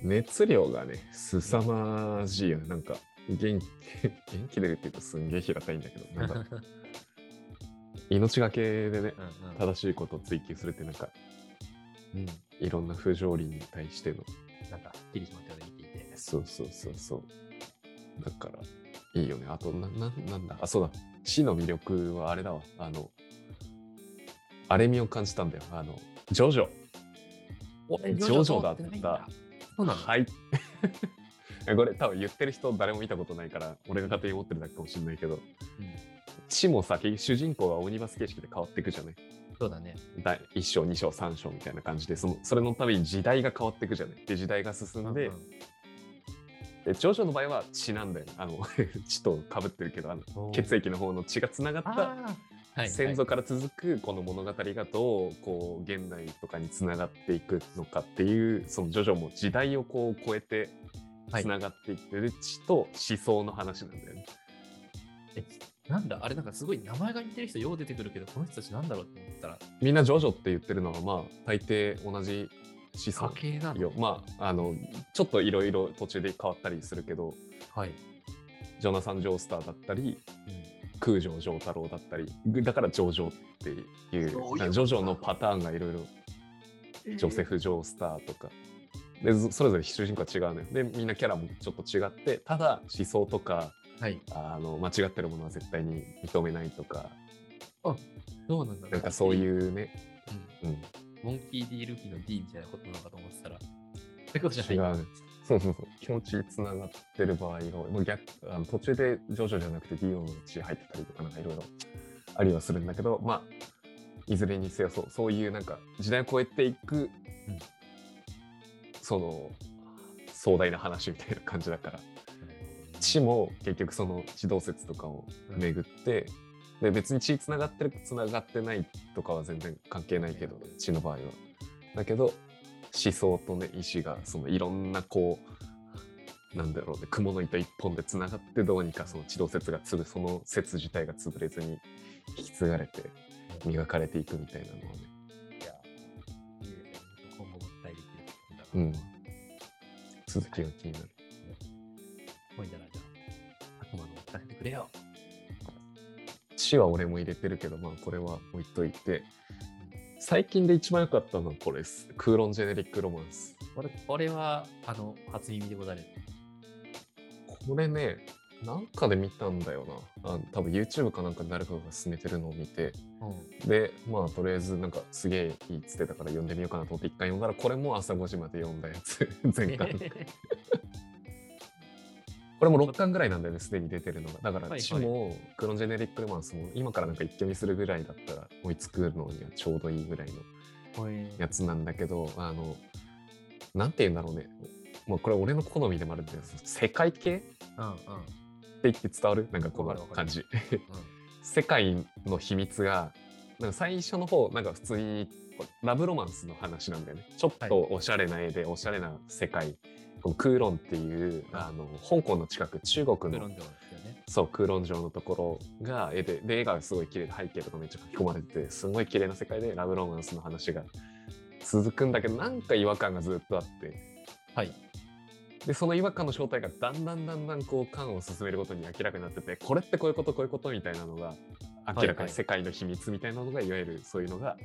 S1: 熱量がね、凄まじいよね。なんか、元気、 元気出るって言うとすんげえ平たいんだけど、 なんだろう命がけでね、
S2: うんうん
S1: 正しいことを追求するってなんか、
S2: うん、
S1: いろんな不条理に対しての、
S2: なんか、すっきりしまったよね、見ていて。
S1: そうそうそうそう。だから、いいよね。あと、な、ななんだ、あ、そうだ。死の魅力はあれだわ。あの、あれみを感じたんだよ。あの、ジョジョ。
S2: 俺
S1: ジョジョだった
S2: ジョジョ通てないんだそうなの、
S1: はい。 これ多分言ってる人誰も見たことないから俺が勝手に思ってるだけかもしれないけど
S2: うん
S1: 地もさ主人公がオニバス形式で変わっていくじゃない
S2: そうだね。
S1: 第1章2章3章みたいな感じでそのそれのたびに時代が変わっていくじゃないで時代が進んで,、
S2: うん
S1: でジョジョの場合は血なんだよねあの 血とかぶってるけどあの
S2: うん
S1: 血液の方の血がつながっ
S2: あ
S1: た
S2: ーはい
S1: 先祖から続くこの物語がどうこう現代とかにつながっていくのかっていうそのジョジョも時代をこう超えて
S2: はい
S1: つながっていってる血と思想の話なんだよね。
S2: なんだあれなんかすごい名前が似てる人よう出てくるけど、この人たちなんだろうって思ったら、
S1: みんなジョジョって言ってるのはまあ大抵同じ思
S2: 家
S1: 想
S2: 系なの
S1: よ。まああのちょっといろいろ途中で変わったりするけど
S2: はい。
S1: ジョナサン・ジョースターだったり
S2: うん
S1: 空城城太郎だったりだからジョジョっていう
S2: そういうこと
S1: だからジョジョのパターンがいろいろジョセフ・ジョースターとか。で、そそれぞれ主人公は違うのよ。で、みんなキャラもちょっと違って、ただ思想とか、
S2: はい。
S1: あの、間違ってるものは絶対に認めないとか、
S2: そうなんだ。
S1: なんかそう
S2: う。
S1: いうね、
S2: ん
S1: うん、
S2: モンキー D ルーキーの D みたいなことなのかと思ってたら、そういうことじゃない
S1: 違うね。そうそうそう、気持ちつながってる場合が多い。もう逆あの途中でジョジョじゃなくてディオンの血入ってたりとか、なんかいろいろありはするんだけど、まあ、いずれにせよそう、そういうなんか時代を超えていく、
S2: うん
S1: その、壮大な話みたいな感じだから。地も結局その地動説とかを巡って、で別に地つながってるつながってないとかは全然関係ないけど地の場合は。だけど思想とね意志がそのいろんなこうなんだろうね雲の糸一本でつながってどうにかその地動説がつぶその説自体が潰れずに引き継がれて磨かれていくみたいなのは
S2: い
S1: ね。
S2: や、いいですね今後も期待できるんだろ
S1: うん続きが気になる。
S2: 今夜ならじゃあ、悪魔の聞かせてくれよ。
S1: 死は俺も入れてるけど、まあこれは置いといて、最近で一番良かったのはこれです。クーロンジェネリックロマンス。
S2: これこれは、あの、初耳でござる。
S1: これね、なんかで見たんだよな。あ多分 YouTube かなんかで誰かが勧めてるのを見て、
S2: うん。
S1: で、まあとりあえずなんかすげえいいっつってたから読んでみようかなと思って一回読んだら、これも朝5時まで読んだやつ、 全 巻。これも6巻ぐらいなんだよね、すでに出てるのが。
S2: は
S1: だか
S2: いは
S1: ら、
S2: い
S1: チもクロンジェネリック・ルマンスも今からなんか一気見するぐらいだったら追いつくのにはちょうどいいぐらいのやつなんだけど、あの、なんて言うんだろうね。もうこれ俺の好みでもあるんだけど、世界系
S2: うんうん
S1: って言って伝わるなんかこの
S2: わかるわか
S1: 感
S2: る
S1: じ。
S2: うん。
S1: 世界の秘密が、なんか最初の方、なんか普通にラブロマンスの話なんだよね。ちょっとおしゃれな絵で、おしゃれな世界。このクーロンっていう、あの、香港の近く、中国
S2: ク
S1: の
S2: ロンではですよね。
S1: そう空論城のところが絵でで絵がすごい綺麗で背景とかめっちゃ書き込まれててすごい綺麗な世界でラブロマンスの話が続くんだけどなんか違和感がずっとあって
S2: はい。
S1: でその違和感の正体がだんだんだんだんこう感を進めるごとに明らかになっててこれってこういうことこういうことみたいなのが明ら
S2: はい
S1: か
S2: はい
S1: に世界の秘密みたいなのがいわゆるそういうのが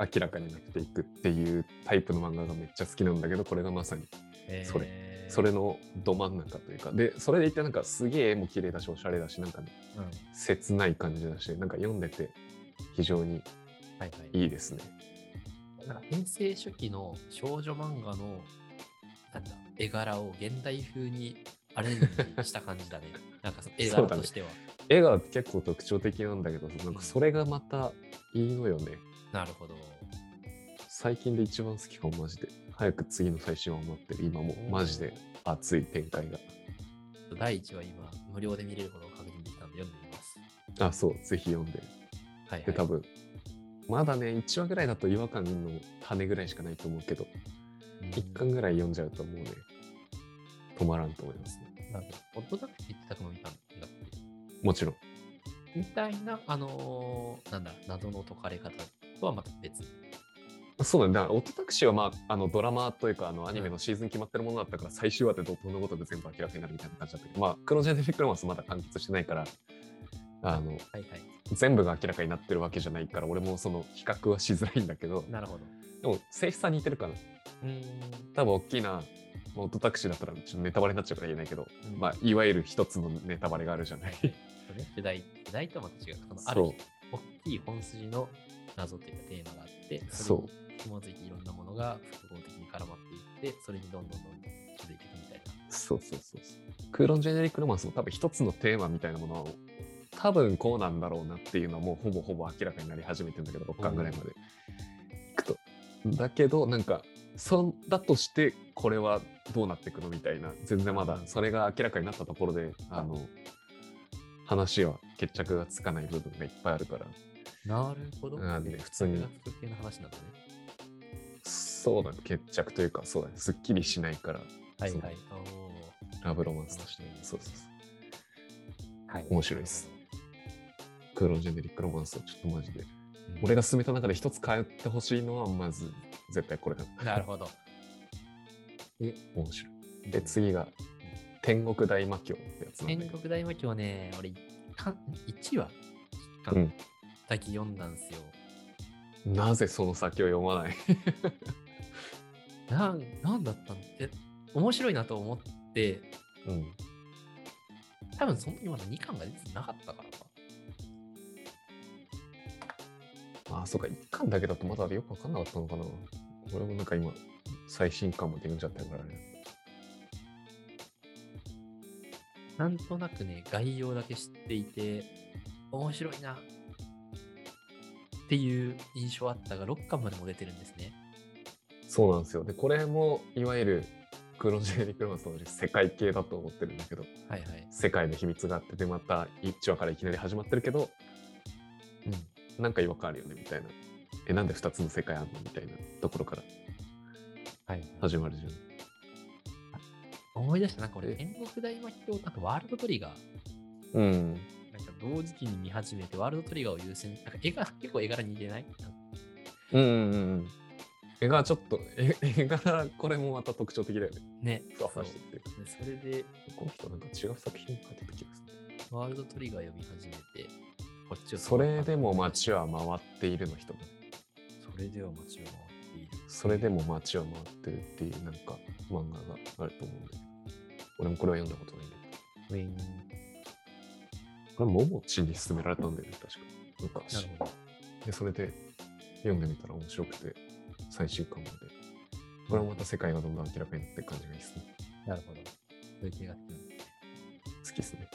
S1: 明らかになっていくっていうタイプの漫画がめっちゃ好きなんだけどこれがまさにそれ
S2: れ
S1: それ。のど真ん中というかでそれでいてなんかすげえ絵も綺麗だしおしゃれだしなんかね
S2: うん。はい
S1: 切ない感じだし、なんか読んでて非常に
S2: はい。
S1: いいですね。
S2: なんか平成初期の少女漫画のなんだ絵柄を現代風にアレンジした感 じだね。なんかその絵
S1: そう
S2: 柄
S1: だね
S2: としては。
S1: 絵が結構特徴的なんだけど、なんかそれがまたいいのよね。
S2: なるほど。
S1: 最近で一番好きかも、マジで。早く次の最新話を待ってる。今もうマジで熱い展開
S2: 第1話今、無料で見れることを確認できたんで読んでみます。
S1: が。あ、そう、ぜひ読んで。
S2: はい、は
S1: で、
S2: い。
S1: 多分、まだね、1話ぐらいだと違和感の種ぐらいしかないと思うけど、
S2: うん
S1: 1巻ぐらい読んじゃうともうね、止まらんと思いますね。
S2: なんか、ホットダックって言ってたの見たんだっけ
S1: もちろん。
S2: みたいな、あのーなんだ、謎の解かれ方とはまた別。
S1: そうなんだ、だからオトタクシーは、まあ、あのドラマというかあのアニメのシーズン決まってるものだったから、最終話で怒涛のごとく全部明らかになるみたいな感じだったけど、まあ、クロジェネフィック・ロマンスまだ完結してないからあの
S2: はいはい。
S1: 全部が明らかになってるわけじゃないから俺もその比較はしづらいんだけど
S2: なるほど。
S1: でも性質は似てるから
S2: うーん。
S1: 多分大きなまあオトタクシーだったらちょっとネタバレになっちゃうから言えないけど、
S2: うん
S1: まあ、いわゆる一つのネタバレがあるじゃな
S2: はいは
S1: い。
S2: い。そうね、世代、世代とはまた違う。そのある
S1: そう
S2: 大きい本筋の謎というかテーマがあって、
S1: そう
S2: それに紐づいていろんなものが複合的に絡まっていって、それにどんどんどんどん気づいていくみたいな。
S1: そうそうそうそう。クーロンジェネリック・ロマンスも多分一つのテーマみたいなものを多分こうなんだろうなっていうのはもうほぼほぼ明らかになり始めてんだけど6巻ぐらいまでいくと。だけどなんかそんだとしてこれはどうなっていくのみたいな全然まだそれが明らかになったところであの話は決着がつかない部分がいっぱいあるから
S2: なるほど。
S1: なんで普通に
S2: 哲学系の話なんだね。
S1: そうだね決着というかそうだねすっきりしないから
S2: はい
S1: そう
S2: はい。お
S1: ラブロマン
S2: ー
S1: スと
S2: 楽
S1: し
S2: してみです。
S1: そうそうそう
S2: はい
S1: 面白いです。クーロンジェネリック・ロマンスはちょっとマジで
S2: うん
S1: 俺が進めた中で一つ変えてほしいのはまず絶対これだ
S2: なるほ ど。
S1: 面白いで次が天国大魔教ってやつなんだ
S2: 天
S1: けど
S2: 国大魔教ね、俺、1話一
S1: うん
S2: 巻だけ読んだんすよ。
S1: なぜその先を読まない
S2: なん、なんだったのえ、面白いなと思って、
S1: うん
S2: 多分その時まだ2巻が出てなかったからか。
S1: あそうか一巻だけだとまだよく分かんなかったのかな俺もなんか今最新巻まで読んじゃったからね
S2: なんとなくね、概要だけ知っていて、面白いなっていう印象あったが、6巻までも出てるんですね。
S1: そうなんですよでこれもいわゆるクロジェネリック・ロマンスと同じ世界系だと思ってるんだけど
S2: はいはい。
S1: 世界の秘密があってでまた1話からいきなり始まってるけどなんか違和感あるよねみたいなえなんで2つの世界あんのみたいなところから
S2: はい、
S1: 始まるじゃん
S2: 思い出した、なんか俺、
S1: え
S2: 天国大魔教、なんかワールドトリガー、
S1: うん、
S2: なんか同時期に見始めて、ワールドトリガーを優先、なんか絵が結構絵柄似てない
S1: うんうんうん絵がちょっと絵絵柄これもまた特徴的だよね
S2: ね。
S1: ふわふ
S2: そう
S1: わ
S2: で
S1: してて
S2: それで、
S1: この人なんか違う作品書いてた気がする
S2: ワールドトリガー読み始めて、こっちを
S1: それでも街は回っているの人ね
S2: それでは街を回っている。
S1: それでも街は回ってるっていうなんか漫画があると思うんだけど俺もこれは読んだことないんだけ
S2: ウィーン。
S1: ど。これ、ももちに勧められたんだよね、確か。
S2: な
S1: 昔
S2: る。ほど。
S1: で、それで読んでみたら面白くて、最終巻まで。これはまた世界がどんどん明らかになっていく感じがいいですね。
S2: なるほど。そういう気がする。
S1: 好きですね。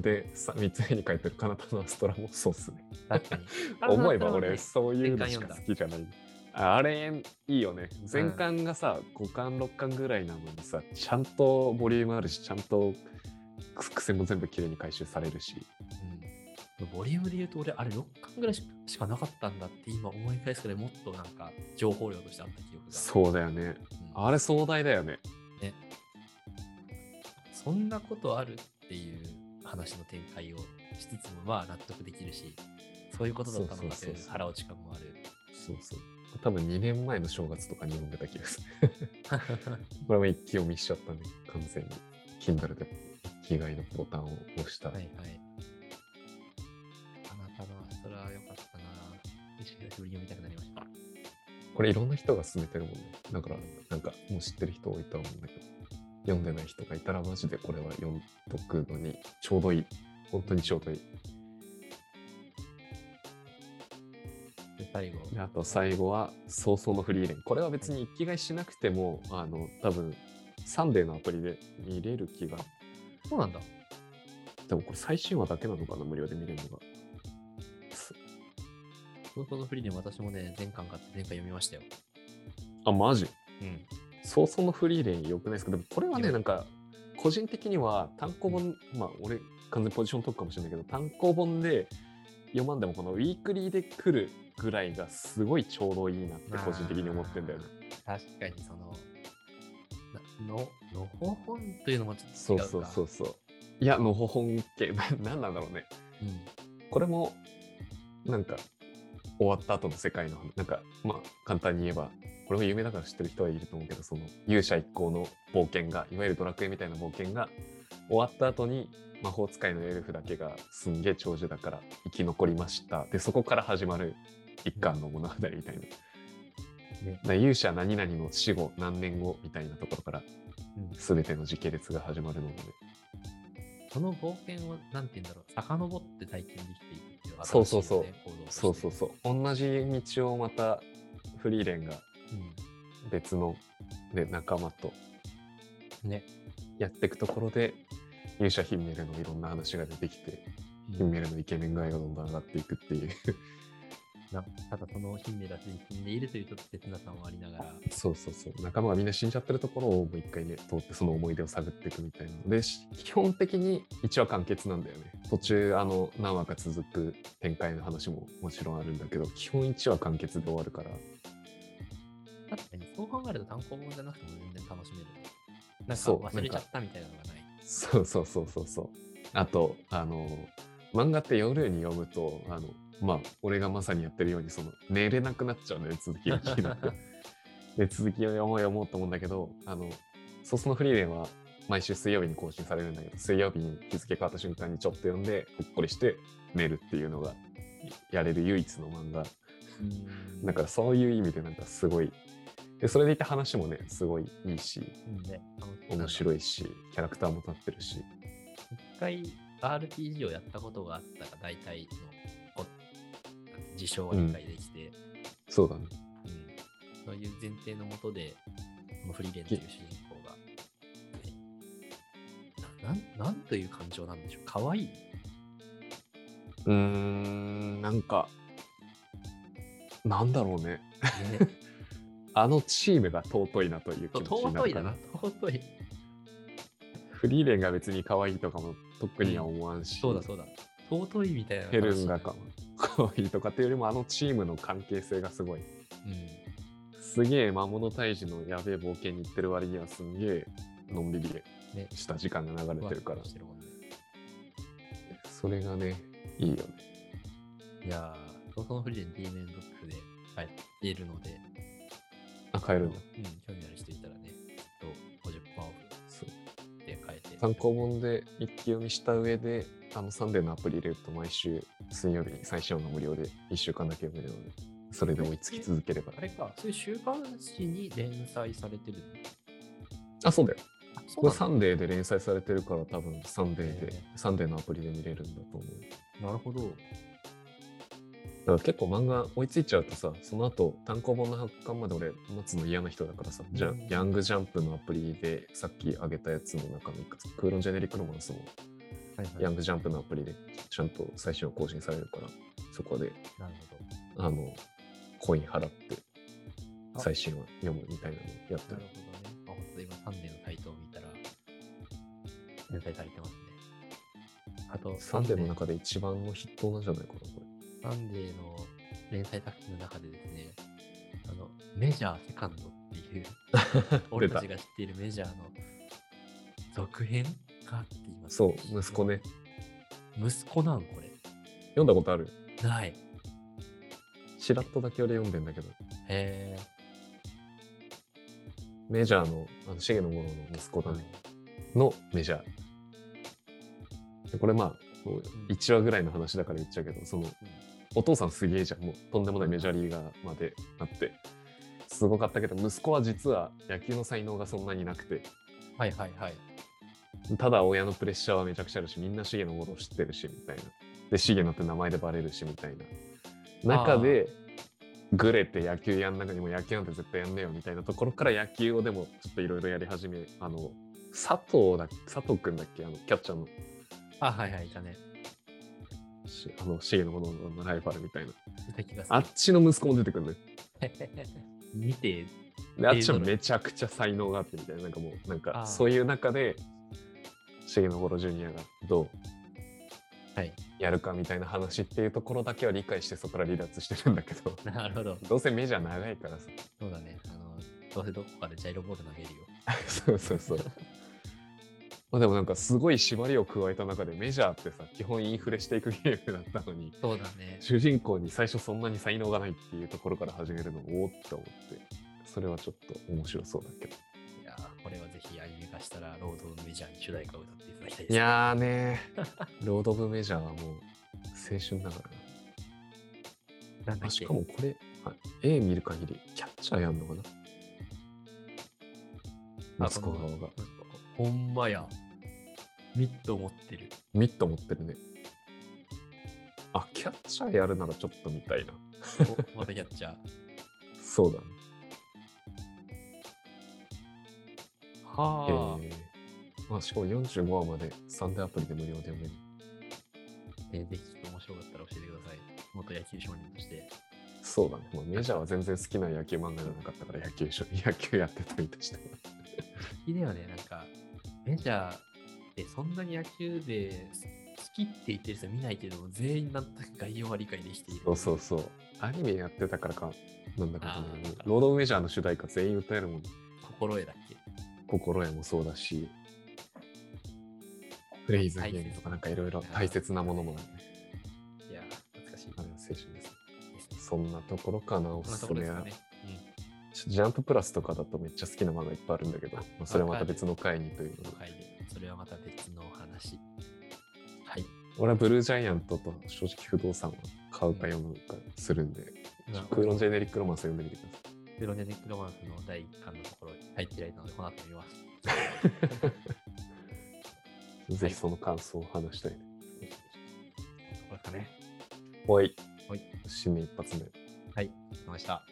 S1: で、さ三つ目に書いてるカナタのアストラもそうっすね。。
S2: 確かに
S1: 思えば俺、そういう
S2: 全
S1: の
S2: 巻
S1: し
S2: 読
S1: か
S2: んだ
S1: 好きじゃない。ああれ、いいよね。全巻がさ、5巻、6巻ぐらいなのにさ、ちゃんとボリュームあるし、ちゃんとく癖も全部綺麗に回収されるし。
S2: うん、ボリュームで言うと俺あれ6巻ぐらいしかしかなかったんだって今思い返すくらいもっとなんか情報量としてあった記憶が
S1: そうだよね。
S2: うん
S1: あれ壮大だよね。
S2: そんなことあるっていう話の展開をしつつもまあ納得できるしそういうことだったのかと
S1: そうそう
S2: いう
S1: そうそう
S2: 腹落ち感もある
S1: そうそう。多分2年前の正月とかに読んでた気がする。 これも一気読みしちゃったね、完全に。Kindle で一気以外のボタンを押した。
S2: はいはいあなたのそれは良かったな久しぶりに読みたくなりました
S1: これいろんな人が勧めてるもんね。だから、なんかもう知ってる人多いとは思うんだけど、読んでない人がいたらマジでこれは読んどくのにちょうどいい。本当にちょうどいい。
S2: で最後
S1: であと最後は、早々のフリーレン。これは別に一気買いしなくても、あの、多分、サンデーのアプリで見れる気が。
S2: そうなんだ
S1: でもこれ最新話だけなのかな、無料で見れるのが。
S2: 本当のフリーでも私もね前巻買って前回読みましたよ
S1: あ、マジ
S2: うん
S1: 早々のフリーレン良くないですかでもこれはね
S2: よ
S1: なんか個人的には単行本まあ俺完全にポジション取るかもしれないけど単行本で読まんでもこのウィークリーで来るぐらいがすごいちょうどいいなって個人的に思ってんだよね。
S2: まあ。確かにその、なの、のほほんというのもちょっと違うか。
S1: そうそうそうそう。いやのほほん系ななんなんだろうね。
S2: うん。
S1: これもなんか終わった後の世界の話なんかまあ簡単に言えばこれも有名だから知ってる人はいると思うけどその勇者一行の冒険がいわゆるドラクエみたいな冒険が終わった後に魔法使いのエルフだけがすんげえ長寿だから生き残りましたでそこから始まる一巻の物語みたいな。
S2: ね
S1: だから勇者何々の死後何年後みたいなところから
S2: うん
S1: 全ての時系列が始まるので、
S2: その冒険を、なんて言うんだろう、遡って体験できていくっていう、
S1: そうそうそ
S2: 新
S1: う
S2: しいよね。行動として
S1: そうそうそう同じ道をまたフリーレンが別の、ね、仲間と
S2: うん。ね。
S1: やっていくところで勇者ヒンメルのいろんな話が出てきてヒンメルのイケメン具合がどんどん上がっていくって いう
S2: なただ、その金目だけに死んでいるというちょっと切なさもありながら、
S1: そうそうそう仲間がみんな死んじゃってるところをもう一回ね通ってその思い出を探っていくみたいなのでし基本的に1話完結なんだよね途中あの何話か続く展開の話ももちろんあるんだけど基本1話完結で終わるから
S2: 確かにそう考えると単行本じゃなくても全然楽しめるね。なんか
S1: そう
S2: 忘れちゃったみたいなのがない。
S1: そうそうそうそうそう。あとあの漫画って夜に読むとあのまあ俺がまさにやってるようにその寝れなくなっちゃうんだよね続きが気になって。で続きを読もう読もうと思うんだけどあのソースのフリーレンは毎週水曜日に更新されるんだけど水曜日に日付変わった瞬間にちょっと読んでほっこりして寝るっていうのがやれる唯一の漫画
S2: うん
S1: だからそういう意味でなんかすごいでそれでいて話もねすごいいいし
S2: うんね、
S1: 面
S2: い。
S1: 白いしキャラクターも立ってるし
S2: 一回 RPG をやったことがあったら大体のこ事象は理解できて、
S1: そうだね
S2: うんそういう前提のもとで、このフリーレンという主人公が、ねななんなんという感情なんでしょうかわいい、
S1: うーん、なんか、なんだろうね。
S2: ね、
S1: あのチームが尊いなと いう気持ちにな
S2: 尊
S1: る
S2: い
S1: か
S2: だ
S1: な
S2: な。、尊い。
S1: フリーレンが別に可愛いとかも特には思わんし、
S2: そうだそうだ。尊いみたいな話。
S1: ヘルンがか可愛いとかっていうよりも、あのチームの関係性がすごい。
S2: うん。
S1: すげえ魔物退治のやべえ冒険に行ってる割には、すんげえのんびり
S2: ね、
S1: した時間が流れてるか
S2: ふ
S1: ら
S2: わっと、してるもんね
S1: それがね、いいよね。
S2: いやー、そのフリーレン D メンブックで書いているので、
S1: あ、買えるんだ。
S2: うん、興味ある人いたらね、きっと50%オフ
S1: そう
S2: で買えて。
S1: 参考本で一気読みした上で、あのサンデーのアプリ入れると毎週水曜日に最新話が無料で1週間だけ読めるので、それで追いつき続ければ
S2: あ。れか、そういう週刊誌に連載されてるの
S1: あ、そうだよ。
S2: あ、そ
S1: これ
S2: う
S1: サンデーで連載されてるから多分サンデーで
S2: へ、
S1: サンデーのアプリで見れるんだと思う。
S2: なるほど。
S1: だから結構漫画追いついちゃうとさ、その後単行本の発刊まで俺待つの嫌な人だからさ、じゃあ
S2: うん
S1: ヤングジャンプのアプリでさっきあげたやつの中のいくつかクーロンジェネリックロマンスも
S2: はい
S1: ヤングジャンプのアプリでちゃんと最新を更新されるから、そこで
S2: なるほど。
S1: あの、コイン払って
S2: あ
S1: 最新を読むみたいなのやって
S2: な
S1: る
S2: る。ほどね。あ、本当今、サンデーのタイトルを見たら、連載されてますね。あと、
S1: サンデーの
S2: 中
S1: 中で一番の筆頭なんじゃないかな、これ。
S2: サンデーの連載作品の中でですね、あの、メジャーセカンドっていう、 俺たちが知っているメジャーの続編があって言います。
S1: そう、息子ね。
S2: 息子なんこれ。
S1: 読んだことある
S2: ない。
S1: ちらっとだけ俺読んでんだけど、
S2: へえ。
S1: メジャーの、あの、重野五郎の息子だね、のメジャー。でこれまあ、1話ぐらいの話だから言っちゃうけど、その、お父さんすげえじゃん。もうとんでもないメジャーリーガーまでなって、すごかったけど、息子は実は野球の才能がそんなになくて、
S2: はいはいはい。
S1: ただ親のプレッシャーはめちゃくちゃあるし、みんな重野五郎知ってるし、みたいな。で、重野って名前でバレるし、みたいな。中で、グレて野球やん中にも野球なんて絶対やんねえよみたいなところから野球をでもちょっといろいろやり始め、あの、佐藤だ、佐藤くんだっけあの、キャッチャーの、
S2: あ、はいはい、いたね。
S1: しあの、重野五郎のライバルみたいな。
S2: いた気がする。
S1: あっちの息子も出てくるのよ。
S2: 見て、
S1: で、あ
S2: え
S1: っちは
S2: ーどれ
S1: めちゃくちゃ才能があってみたいな、なんかもう、なん
S2: あ
S1: か
S2: ー
S1: そういう中で、重野五郎ジュニアがどう
S2: はい。
S1: やるかみたいな話っていうところだけは理解してそこから離脱してるんだけど
S2: なるほど。
S1: どうせメジャー長いからさ
S2: そうだね。あの、どうせどこかでジャイロボール投げるよ。
S1: そうそうそうまあでもなんかすごい縛りを加えた中でメジャーってさ基本インフレしていくゲームだったのに
S2: そうだね。
S1: 主人公に最初そんなに才能がないっていうところから始めるのもおおって思ってそれはちょっと面白そうだけど
S2: いやーこれはぜひアニメ化したら、ロード・オブ・メジャーに主題歌を歌っていただきたいです。
S1: いやーねロード・オブ・メジャーはもう青春だからな
S2: なんだっけ
S1: あしかもこれ、あ絵見る限り、キャッチャーやんのかな
S2: あ
S1: 息子側が。
S2: ほんまや。ミット持ってる。
S1: ミット持ってるね。あ、キャッチャーやるならちょっと見たいな。
S2: おまたキャッチ ャー。
S1: そうだね。え
S2: はあ、
S1: ーあ、しかも45話までサンデーアプリで無料で読める。
S2: えーぜひちょっと面白かったら教えてください。元野球少年として。
S1: そうだね。まあ、メジャーは全然好きな野球漫画じゃなかったから野球しょ 野球やってたりとしては。
S2: いいだよね、なんか、メジャーってそんなに野球です好きって言ってる人見ないけど、全員なんとなく概要は理解できている。
S1: そうそうそう。アニメやってたからか、なんだか
S2: あ
S1: んだ
S2: ー
S1: ね
S2: なんか
S1: ロード・オブ・メジャーの主題歌全員歌えるもん。
S2: 心得だっけ
S1: 心得もそうだし、フレイズゲームとかなんかいろいろ大切なものもあるね。
S2: いやー、懐かしい
S1: あれは青春で
S2: で
S1: す。
S2: すね。
S1: そんなところかな、お
S2: こんな
S1: す
S2: とこ
S1: す
S2: ろ
S1: め
S2: です
S1: は
S2: かね。うん。
S1: ちょジャンププラスとかだとめっちゃ好きな漫画いっぱいあるんだけど、まあ、それはまた別の回にというので。
S2: はい、それはまた別のお話。はい。
S1: 俺はブルージャイアントと正直不動産は買うか読むかするんで、クーロンジェネリックロマンス読んでみてください。
S2: ゼロネネックロマンスの第1巻のところに入っていただいたので、この後見ます。
S1: ぜひその感想を話したいね。
S2: これかね。
S1: おい。
S2: はい
S1: 新年一発目。
S2: はい、わかりました。